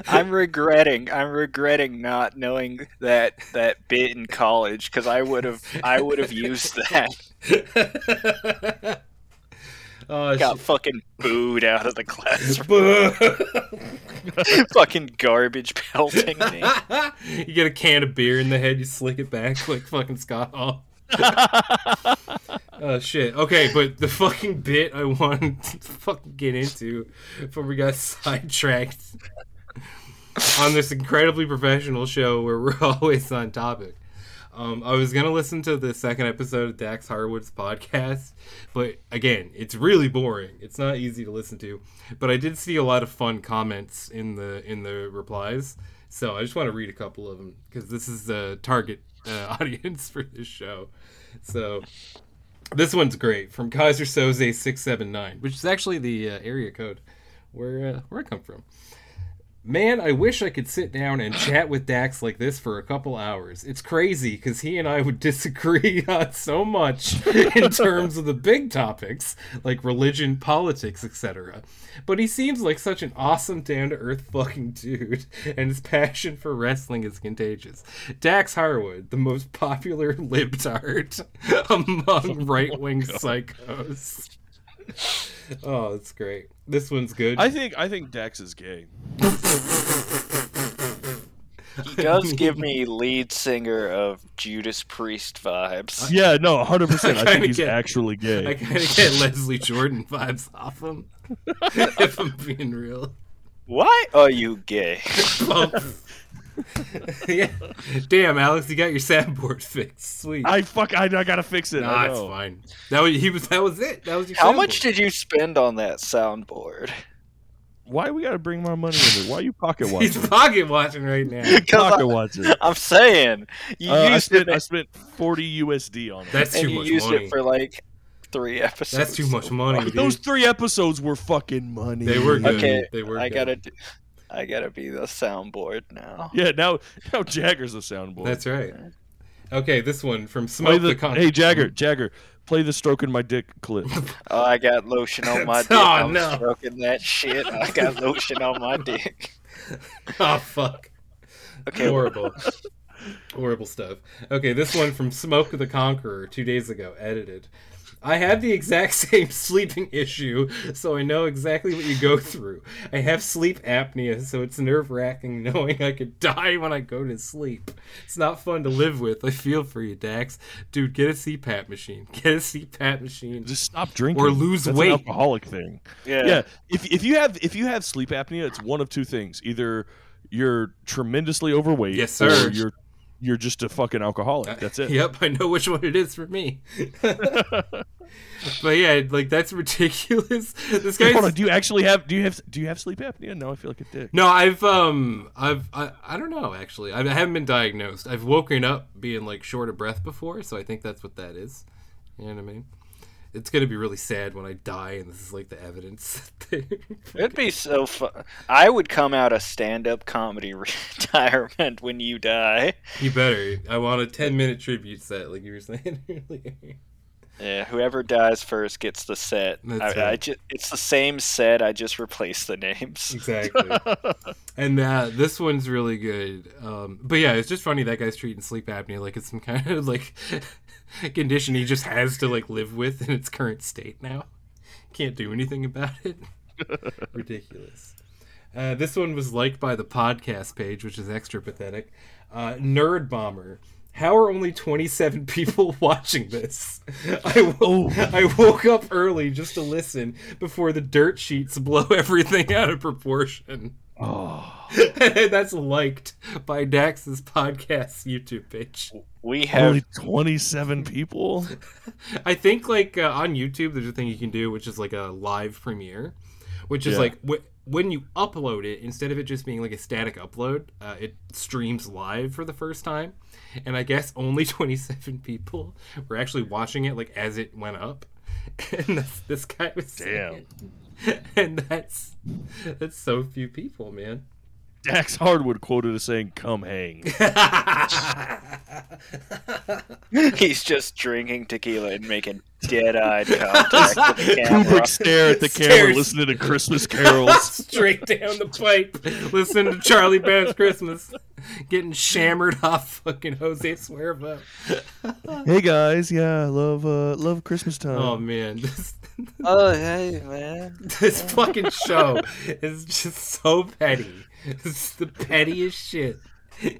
Speaker 7: I'm regretting. I'm regretting not knowing that that bit in college because I would have. I would have used that.
Speaker 5: oh,
Speaker 7: Got
Speaker 5: shit.
Speaker 7: fucking booed out of the classroom.
Speaker 5: Boo.
Speaker 7: fucking garbage pelting me.
Speaker 5: you get a can of beer in the head, you slick it back like fucking Scott Hall. oh shit. Okay, but the fucking bit I wanted to fucking get into before we got sidetracked on this incredibly professional show where we're always on topic. Um, I was gonna listen to the second episode of Dax Harwood's podcast, but again, it's really boring. It's not easy to listen to. But I did see a lot of fun comments in the in the replies, so I just want to read a couple of them because this is the target uh, audience for this show. So this one's great from Kaiser Soze six seven nine, which is actually the uh, area code where uh, where I come from. Man, I wish I could sit down and chat with Dax like this for a couple hours. It's crazy because he and I would disagree on so much in terms of the big topics like religion, politics, etc. But he seems like such an awesome, down to earth fucking dude, and his passion for wrestling is contagious. Dax Harwood, the most popular libtard among right wing psychos. Oh, that's great. This one's good.
Speaker 6: I think I think Dax is gay.
Speaker 7: He does give me lead singer of Judas Priest vibes.
Speaker 6: Yeah, no, hundred percent. I think
Speaker 5: kinda
Speaker 6: he's
Speaker 5: get-
Speaker 6: actually
Speaker 5: I
Speaker 6: gay.
Speaker 5: kind of get Leslie Jordan vibes off him. if I'm being real.
Speaker 7: Why are you gay?
Speaker 5: Well, yeah. Damn, Alex, you got your soundboard fixed. Sweet.
Speaker 6: I fuck. I, I gotta fix it.
Speaker 5: nah,
Speaker 6: I
Speaker 5: it's
Speaker 6: know.
Speaker 5: fine. That was he was. That was it. That was your
Speaker 7: How much
Speaker 5: soundboard.
Speaker 7: did you spend on that soundboard?
Speaker 6: Why we gotta bring my money in there? Why you pocket
Speaker 5: He's
Speaker 6: watching?
Speaker 5: pocket watching right now.
Speaker 7: 'Cause
Speaker 6: pocket watching.
Speaker 7: I, am saying you
Speaker 6: Uh, I
Speaker 7: used it
Speaker 6: spent I spent forty USD on it.
Speaker 5: That's
Speaker 7: and
Speaker 5: too
Speaker 7: you
Speaker 5: much
Speaker 7: used
Speaker 5: money.
Speaker 7: it for like three episodes.
Speaker 5: That's too much money.
Speaker 6: But
Speaker 5: Dude.
Speaker 6: those three episodes were fucking money.
Speaker 5: They were good.
Speaker 7: Okay,
Speaker 5: They were.
Speaker 7: I
Speaker 5: good.
Speaker 7: gotta, do, I gotta be the soundboard now.
Speaker 6: Yeah, now now Jagger's a soundboard.
Speaker 5: That's right. Okay, this one from
Speaker 6: play
Speaker 5: Smoke the,
Speaker 6: the,
Speaker 5: Con-
Speaker 6: hey Jagger, Jagger, play the stroke in my dick clip.
Speaker 7: Oh, I got lotion on my dick.
Speaker 5: Oh,
Speaker 7: I was
Speaker 5: no.
Speaker 7: stroking that shit. I got lotion on my dick.
Speaker 5: Oh fuck.
Speaker 7: Okay,
Speaker 5: Horrible. Horrible stuff. Okay, this one from Smoke the Conqueror two days ago, edited. I have the exact same sleeping issue, so I know exactly what you go through. I have sleep apnea, so it's nerve wracking knowing I could die when I go to sleep. It's not fun to live with. I feel for you, Dax. Dude, get a CPAP machine. Get a CPAP machine.
Speaker 6: Just stop drinking
Speaker 5: Or lose
Speaker 6: That's
Speaker 5: weight.
Speaker 6: An alcoholic thing.
Speaker 7: yeah.
Speaker 6: Yeah. If if you have if you have sleep apnea, it's one of two things. Either you're tremendously overweight,
Speaker 5: Yes, sir. Uh,
Speaker 6: or you're you're just a fucking alcoholic. That's it.
Speaker 5: Yep, I know which one it is for me. but yeah, like that's ridiculous. This guy's
Speaker 6: Hold on. Do you actually have do you have do you have sleep apnea? No, I feel like a dick.
Speaker 5: No, I've um, I've I, I don't know actually. I haven't been diagnosed. I've woken up being like short of breath before, so I think that's what that is. You know what I mean? It's gonna be really sad when I die, and this is like the evidence.
Speaker 7: It'd be so fun. I would come out of stand-up comedy retirement when you die.
Speaker 5: you better. I want a ten minute tribute set, like you were saying earlier.
Speaker 7: Yeah, whoever dies first gets the set.
Speaker 5: That's
Speaker 7: I, I
Speaker 5: right.
Speaker 7: ju- it's the same set. I just replace the names.
Speaker 5: Exactly. and uh, this one's really good. Um, but yeah, it's just funny that guy's treating sleep apnea like it's some kind of like condition he just has to like live with in its current state now. Can't do anything about it. Ridiculous. Uh, this one was liked by the podcast page, which is extra pathetic. Uh, Nerd Bomber. How are only 27 people watching this? I, wo- I woke up early just to listen before the dirt sheets blow everything out of proportion.
Speaker 6: Oh.
Speaker 5: That's liked by Dax's podcast YouTube page.
Speaker 7: We have
Speaker 6: Only 27 people?
Speaker 5: I think like uh, on YouTube, there's a thing you can do, which is like a live premiere, which is
Speaker 6: Yeah.
Speaker 5: like wh- when you upload it, instead of it just being like a static upload, uh, it streams live for the first time, and I guess only 27 people were actually watching it like as it went up, and this, this guy was saying- and that's that's so few people, man.
Speaker 6: Dax Hardwood quoted as saying, come hang.
Speaker 7: he's just drinking tequila and making dead-eyed contact with the camera.
Speaker 6: Kubrick stare at the camera
Speaker 5: Stares.
Speaker 6: listening to Christmas carols.
Speaker 5: Straight down the pipe, listen to Charlie Brown's Christmas, getting shammered off fucking Jose Suervo.
Speaker 6: hey guys, yeah, I love uh, love Christmas time.
Speaker 5: Oh man, this
Speaker 7: Oh hey man,
Speaker 5: this fucking show is just so petty. It's the pettiest shit.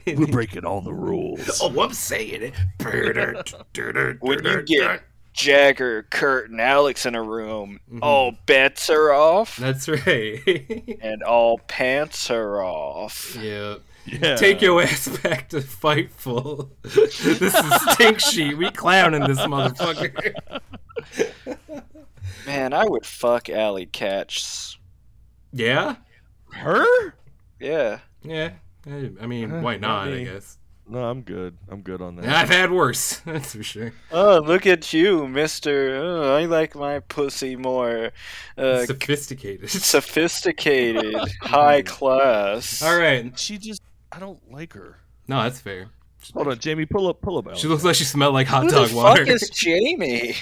Speaker 6: We're breaking all the rules.
Speaker 5: Oh, I'm saying it. Brrrr, drrrr,
Speaker 7: when you
Speaker 5: drrrr,
Speaker 7: get
Speaker 5: drrrr.
Speaker 7: Jagger, Kurt, and Alex in a room,
Speaker 5: Mm-hmm.
Speaker 7: all bets are off
Speaker 5: That's right.
Speaker 7: and all pants are off.
Speaker 5: yeah.
Speaker 6: Yeah.
Speaker 5: Take your ass back to Fightful. this is stink sheet. We clowning this motherfucker.
Speaker 7: Man, I would fuck Alley Catch.
Speaker 5: Yeah?
Speaker 6: her?
Speaker 7: Yeah.
Speaker 5: Yeah. I I mean,
Speaker 6: Uh,
Speaker 5: why not,
Speaker 6: not
Speaker 5: I
Speaker 6: me.
Speaker 5: guess.
Speaker 6: No, I'm good. I'm good on that.
Speaker 5: I've had worse, that's for sure.
Speaker 7: Oh, look at you, Mister. Oh, I like my pussy more uh,
Speaker 5: Sophisticated.
Speaker 7: sophisticated, high class.
Speaker 5: All right.
Speaker 6: She just, I don't like her.
Speaker 5: No, that's fair.
Speaker 6: Hold on, Jamie, pull up, pull up. Alex.
Speaker 5: She looks like she smelled like hot
Speaker 7: Who the
Speaker 5: dog
Speaker 7: fuck
Speaker 5: water.
Speaker 7: is Jamie?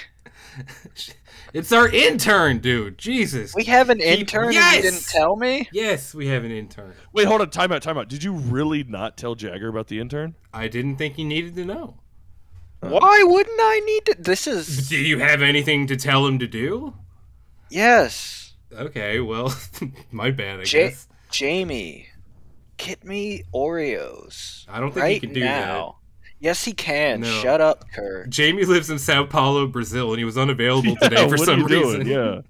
Speaker 5: It's our intern, dude. Jesus.
Speaker 7: We have an
Speaker 5: Keep-
Speaker 7: intern
Speaker 5: Yes!
Speaker 7: and you didn't tell me.
Speaker 5: yes, we have an intern.
Speaker 6: Wait, hold on, time out, time out. Did you really not tell Jagger about the intern?
Speaker 5: I didn't think you needed to know.
Speaker 7: Why wouldn't I need to? This is
Speaker 5: Do you have anything to tell him to do?
Speaker 7: yes,
Speaker 5: Okay, well, my bad, I
Speaker 7: Ja-
Speaker 5: guess.
Speaker 7: Jamie. Get me Oreos
Speaker 5: I don't think
Speaker 7: right
Speaker 5: he can do
Speaker 7: now. Yes, he can.
Speaker 5: No.
Speaker 7: Shut up, Kurt.
Speaker 5: that. Jamie lives in Sao Paulo, Brazil, and he was unavailable today for
Speaker 6: what are
Speaker 5: some
Speaker 6: you doing?
Speaker 5: reason.
Speaker 6: Yeah.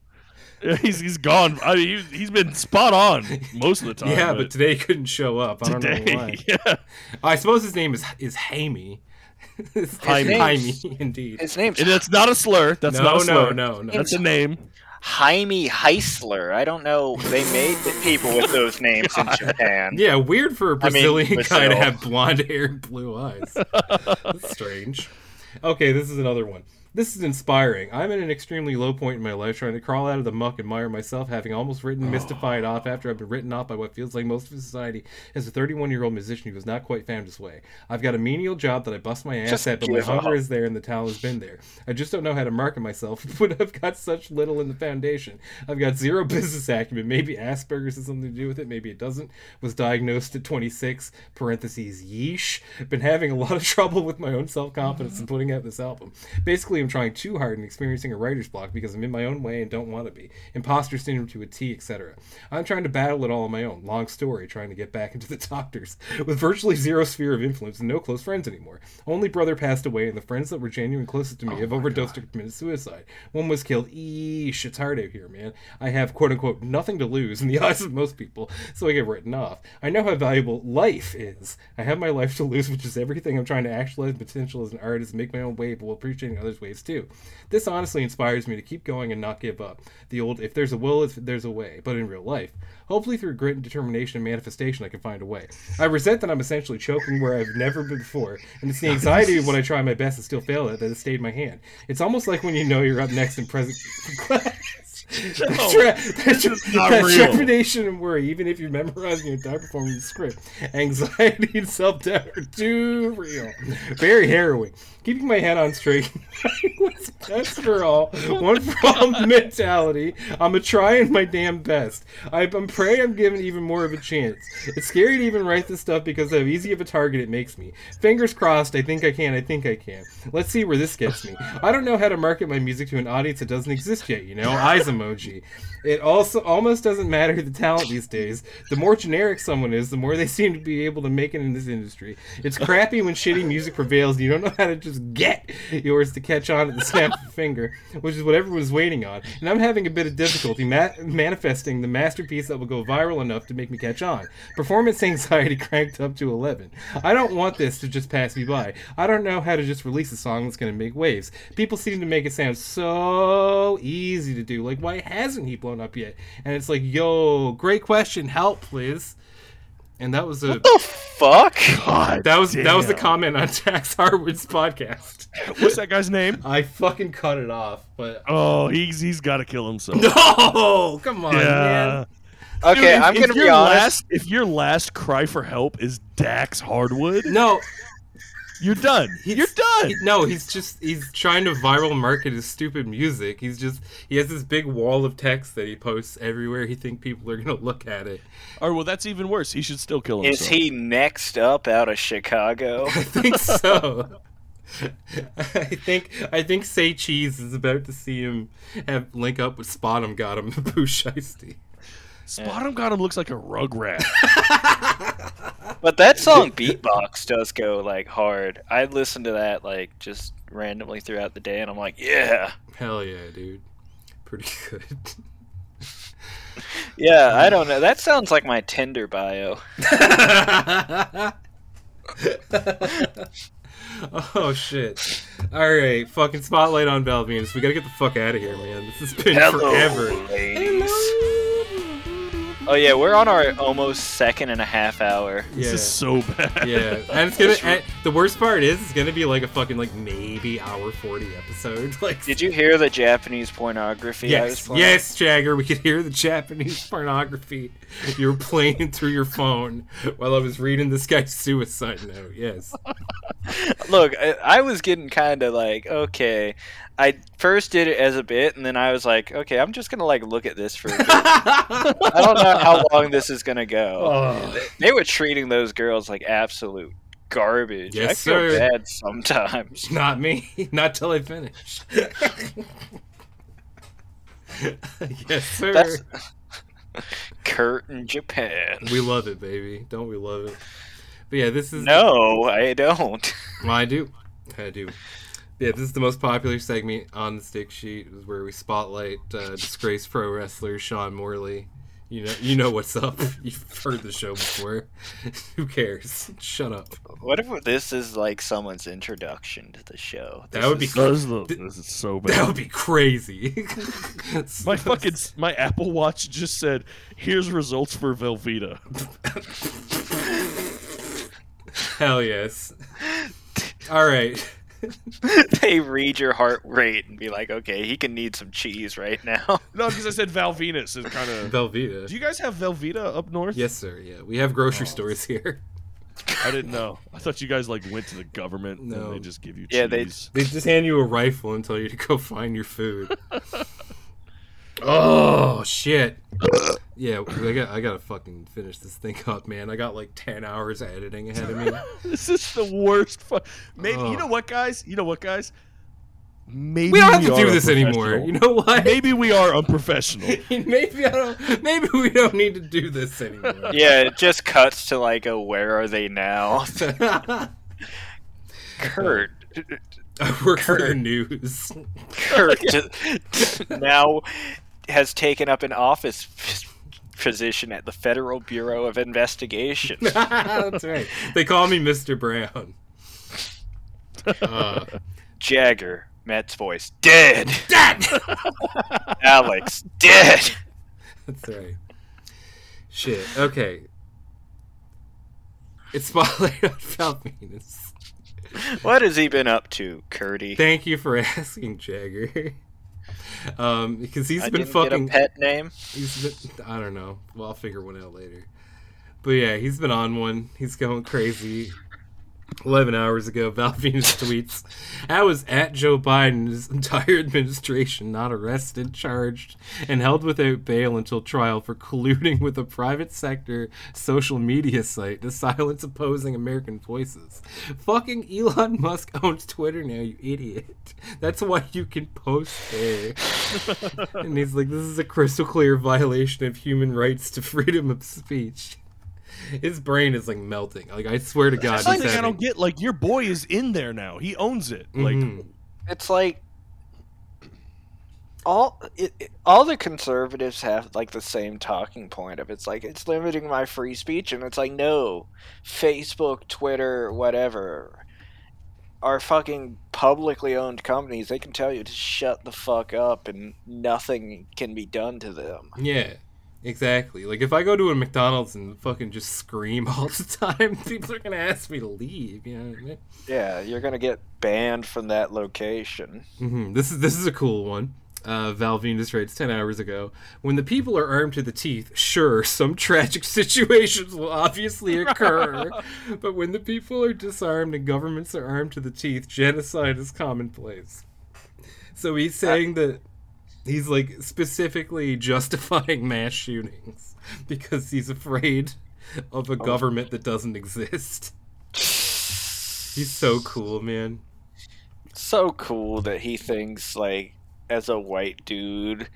Speaker 6: Yeah, he's he's gone. I mean, he, he's been spot on most of the time.
Speaker 5: Yeah, but today he couldn't show up. I don't know why.
Speaker 6: today, yeah.
Speaker 5: I suppose his name is is Jaime. His
Speaker 6: Jaime.
Speaker 5: name's- Jaime, indeed.
Speaker 7: His name's
Speaker 6: And that's not a slur. That's
Speaker 5: no,
Speaker 6: not a
Speaker 5: no,
Speaker 6: slur.
Speaker 5: no, no,
Speaker 6: That's a name.
Speaker 7: Jaime Heisler. I don't know. They made the people with those names in Japan.
Speaker 5: Yeah, weird for a
Speaker 7: I mean,
Speaker 5: Brazilian guy to
Speaker 7: Brazil.
Speaker 5: have blonde hair and blue eyes. That's strange. Okay, this is another one. This is inspiring. I'm at an extremely low point in my life trying to crawl out of the muck and mire myself, having almost written
Speaker 7: Oh.
Speaker 5: mystified off after I've been written off by what feels like most of society as a 31 year old musician who has not quite found his way. I've got a menial job that I bust my ass
Speaker 7: Just
Speaker 5: at, but my
Speaker 7: give
Speaker 5: hunger
Speaker 7: up.
Speaker 5: is there and the towel has been there. I just don't know how to market myself when I've got such little in the foundation. I've got zero business acumen. Maybe Asperger's has something to do with it. Maybe it doesn't. Was diagnosed at 26, parentheses, yeesh. Been having a lot of trouble with my own self confidence in putting out this album. Basically, I'm trying too hard and experiencing a writer's block because I'm in my own way and don't want to be. Imposter syndrome to a T, etc. I'm trying to battle it all on my own. Long story, trying to get back into the doctors with virtually zero sphere of influence and no close friends anymore. Only brother passed away, and the friends that were genuine closest to me have overdosed or committed suicide. One was killed. Eesh, it's hard out here, man. I have quote unquote nothing to lose in the eyes of most people, so I get written off. I know how valuable life is. I have my life to lose, which is everything I'm trying to actualize potential as an artist, make my own wave while appreciating others' waves too. This honestly inspires me to keep going and not give up. The old if there's a will, if there's a way, but in real life. Hopefully through grit and determination and manifestation I can find a way. I resent that I'm essentially choking where I've never been before, and it's the anxiety of when I try my best and still fail at that has stayed my hand. It's almost like when you know you're up next in present class. That's right. That's just
Speaker 6: not
Speaker 5: that
Speaker 6: real.
Speaker 5: trepidation and worry, even if you're memorizing your entire performance script, anxiety and self doubt are too real. Very harrowing. Keeping my head on straight was best for all, one for all mentality. I'm a trying my damn best. I, I'm praying I'm given even more of a chance. It's scary to even write this stuff because of how easy of a target it makes me. Fingers crossed, I think I can, I think I can. Let's see where this gets me. I don't know how to market my music to an audience that doesn't exist yet, you know? Eyes on emoji. It also almost doesn't matter the talent these days. The more generic someone is, the more they seem to be able to make it in this industry. It's crappy when shitty music prevails and you don't know how to just get yours to catch on at the snap of a finger, which is what everyone's waiting on. And I'm having a bit of difficulty ma- manifesting the masterpiece that will go viral enough to make me catch on. Performance anxiety cranked up to 11. I don't want this to just pass me by. I don't know how to just release a song that's going to make waves. People seem to make it sound so easy to do. Like, why hasn't he blown up yet? And it's like, yo, great question. Help, please. And that was a
Speaker 7: the fuck?
Speaker 6: God,
Speaker 5: that was that was the
Speaker 6: damn.
Speaker 5: comment on Tax Harwood's podcast.
Speaker 6: What's that guy's name?
Speaker 5: I fucking cut it off, but
Speaker 6: Oh, he's he's got to kill himself.
Speaker 5: no, come on,
Speaker 6: yeah.
Speaker 5: man.
Speaker 6: Dude,
Speaker 7: Okay,
Speaker 6: if-
Speaker 7: I'm
Speaker 6: if
Speaker 7: gonna be
Speaker 6: your
Speaker 7: honest.
Speaker 6: Last, if your last cry for help is Dax Hardwood,
Speaker 5: No,
Speaker 6: you're done.
Speaker 5: He's-
Speaker 6: You're done.
Speaker 5: he- no, he's just he's trying to viral market his stupid music. He's just he has this big wall of text that he posts everywhere. He think people are gonna look at it.
Speaker 6: Or well, that's even worse. He should still kill himself.
Speaker 7: Is he next up out of Chicago?
Speaker 5: I think so. I think I think Say Cheese is about to see him have link up with Spottum got him Boo Shiesty.
Speaker 6: Spottum got him looks like a rugrat.
Speaker 7: But that song Beatbox does go like hard. I listen to that like just randomly throughout the day and I'm like, yeah.
Speaker 5: Hell yeah, dude. Pretty good.
Speaker 7: Yeah, I don't know. That sounds like my Tinder bio.
Speaker 5: oh shit. Alright, fucking spotlight on Val Venus. We gotta get the fuck out of here, man. This has been
Speaker 7: Hello,
Speaker 5: forever.
Speaker 7: ladies. Oh yeah, we're on our almost second and a half hour.
Speaker 5: Yeah.
Speaker 6: This is so bad.
Speaker 5: yeah, and it's gonna. And the worst part is, it's gonna be like a fucking like maybe hour forty episode. Like,
Speaker 7: Did you hear the Japanese pornography? I was
Speaker 5: yes,
Speaker 7: playing?
Speaker 5: yes, Jagger, we could hear the Japanese pornography you were playing through your phone while I was reading this guy's suicide note. Yes,
Speaker 7: Look, I, I was getting kind of like, okay, I first did it as a bit, and then I was like, okay, I'm just gonna like look at this for. a bit. I don't know how long this is gonna go. They were treating those girls like absolute garbage.
Speaker 5: Yes,
Speaker 7: I feel
Speaker 5: sir.
Speaker 7: bad sometimes.
Speaker 5: not me. Not till I finish. yes, sir.
Speaker 7: That's Kurt in Japan.
Speaker 5: We love it, baby. Don't we love it? But yeah, this is
Speaker 7: No, I don't.
Speaker 5: Well, I do. I do. Yeah, this is the most popular segment on the stick sheet, is where we spotlight uh, disgraced pro wrestler Sean Morley. You know, you know what's up. You've heard the show before. Who cares? Shut up.
Speaker 7: What if this is like someone's introduction to the show?
Speaker 5: That
Speaker 7: This
Speaker 5: would be
Speaker 7: is-
Speaker 6: This, is- this is so
Speaker 5: That
Speaker 6: bad.
Speaker 5: would be crazy.
Speaker 6: My fucking my Apple Watch just said, "Here's results for Velveeta."
Speaker 5: hell yes. All right.
Speaker 7: they read your heart rate and be like, okay, he can need some cheese right now.
Speaker 6: No, because I said Valvenus is kind of. Do
Speaker 5: Velveeta.
Speaker 6: you guys have Velveeta up north?
Speaker 5: Yes, sir. Yeah, we have grocery stores here.
Speaker 6: I didn't know. I thought you guys like went to the government
Speaker 5: No.
Speaker 6: and they just give you.
Speaker 7: Yeah, they-
Speaker 6: cheese.
Speaker 5: They just hand you a rifle and tell you to go find your food. oh shit! yeah, I got I gotta fucking finish this thing up, man. I got like ten hours of editing ahead of me.
Speaker 6: This is the worst. Fu- Maybe you know
Speaker 5: Ugh.
Speaker 6: what, guys. You know what, guys. Maybe
Speaker 5: we don't have to
Speaker 6: are
Speaker 5: do this anymore.
Speaker 6: unprofessional.
Speaker 5: You know what?
Speaker 6: Maybe we are unprofessional.
Speaker 5: maybe I don't. Maybe we don't need to do this anymore.
Speaker 7: yeah, it just cuts to like a where are they now? Kurt.
Speaker 5: I work for the news.
Speaker 7: Kurt ju- now has taken up an office position at the Federal Bureau of Investigation.
Speaker 5: That's right. They call me Mr. Brown. Uh,
Speaker 7: Jagger, Matt's voice, dead. Dead. Alex, dead.
Speaker 5: That's right. Shit. Okay. It's spotlight on Val Venus.
Speaker 7: What has he been up to, Curdy?
Speaker 5: Thank you for asking, Jagger. Um, because he's
Speaker 7: I
Speaker 5: been
Speaker 7: didn't
Speaker 5: fucking.
Speaker 7: get a pet name.
Speaker 5: He's been, I don't know. Well, I'll figure one out later. But yeah, he's been on one. He's going crazy. 11 hours ago, Valvina's tweets. I was at Joe Biden's entire administration, not arrested, charged, and held without bail until trial for colluding with a private sector social media site to silence opposing American voices. Fucking Elon Musk owns Twitter now, you idiot. That's why you can post there. and he's like, this is a crystal clear violation of human rights to freedom of speech. His brain is like melting. Like I swear to God,
Speaker 6: That's the
Speaker 5: he's
Speaker 6: thing I
Speaker 5: having-
Speaker 6: don't get. Like your boy is in there now. He owns it. Like
Speaker 5: Mhm.
Speaker 7: It's like all it, it- all the conservatives have like the same talking point of it's like it's limiting my free speech and it's like no, Facebook, Twitter, whatever are fucking publicly owned companies. They can tell you to shut the fuck up and nothing can be done to them.
Speaker 5: Yeah, exactly. Like if I go to a McDonald's and fucking just scream all the time, people are gonna ask me to leave. You know what I mean?
Speaker 7: Yeah, you're going to get banned from that location.
Speaker 5: hmm This is this is a cool one. Uh, Val Venus writes ten hours ago. When the people are armed to the teeth, sure, some tragic situations will obviously occur. but when the people are disarmed and governments are armed to the teeth, genocide is commonplace. So he's saying that he's like specifically justifying mass shootings because he's afraid of a government that doesn't exist. He's so cool, man.
Speaker 7: so cool that he thinks like as a white dude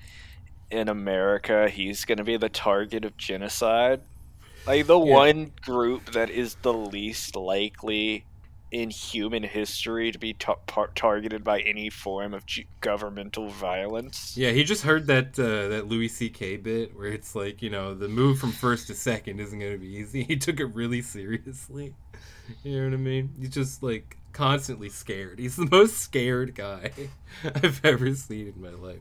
Speaker 7: in America he's gonna be the target of genocide. Like the
Speaker 5: Yeah.
Speaker 7: one group that is the least likely in human history to be ta- par- targeted by any form of g- governmental violence.
Speaker 5: Yeah, he just heard that uh, that Louis C.K. bit where it's like, you know, the move from first to second isn't going to be easy. He took it really seriously. You know what I mean? He's just like constantly scared. He's the most scared guy I've ever seen in my life.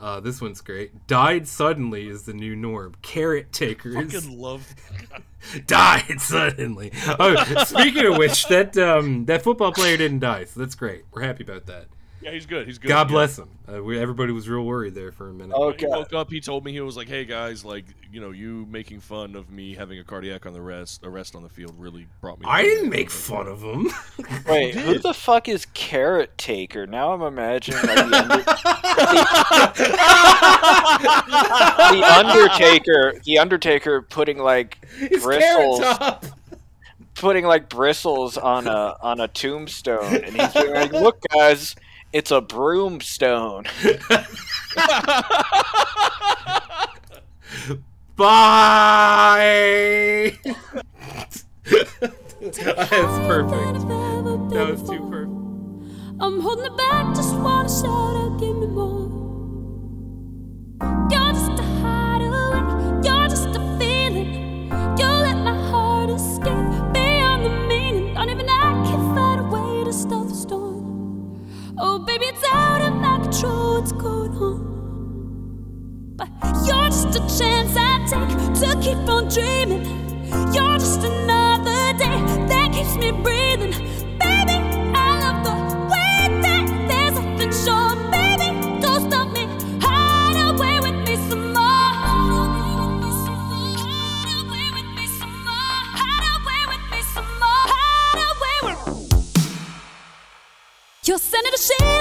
Speaker 5: Uh, this one's great. Died suddenly is the new norm. Carrot takers
Speaker 6: fucking love.
Speaker 5: died suddenly. Oh, speaking of which, that um, that football player didn't die, so that's great. We're happy about that.
Speaker 6: Yeah, he's good. He's good.
Speaker 5: God
Speaker 6: Yeah.
Speaker 5: bless him. Uh, we, everybody was real worried there for a minute.
Speaker 7: Oh
Speaker 6: He
Speaker 7: god.
Speaker 6: woke up. He told me he was like, "Hey guys, like you know, you making fun of me having a cardiac on the rest arrest on the field really brought me."
Speaker 5: I didn't make fun of him.
Speaker 7: Wait, who the fuck is Carrot Taker? Now I'm imagining like, the, under- the Undertaker, the Undertaker putting like bristles, putting like bristles on a on a tombstone, and he's being like, "Look, guys, it's a broomstone."
Speaker 5: Bye. That's perfect. That was too perfect.
Speaker 10: I'm holding it back, just wanna shout out, give me more. You're just a hideaway, you're just a feeling. You let my heart escape beyond the meaning. Not even I can find a way to stop the storm. Oh, baby, it's out of my control, what's going on? But you're just a chance I take to keep on dreaming. You're just another day that keeps me breathing. Baby, I love the way that there's nothing sure. Baby, go stop me. Hide away with me some more. Hide away with me some more. Hide away with me some more. Hide away with You're sending a ship
Speaker 8: Oh,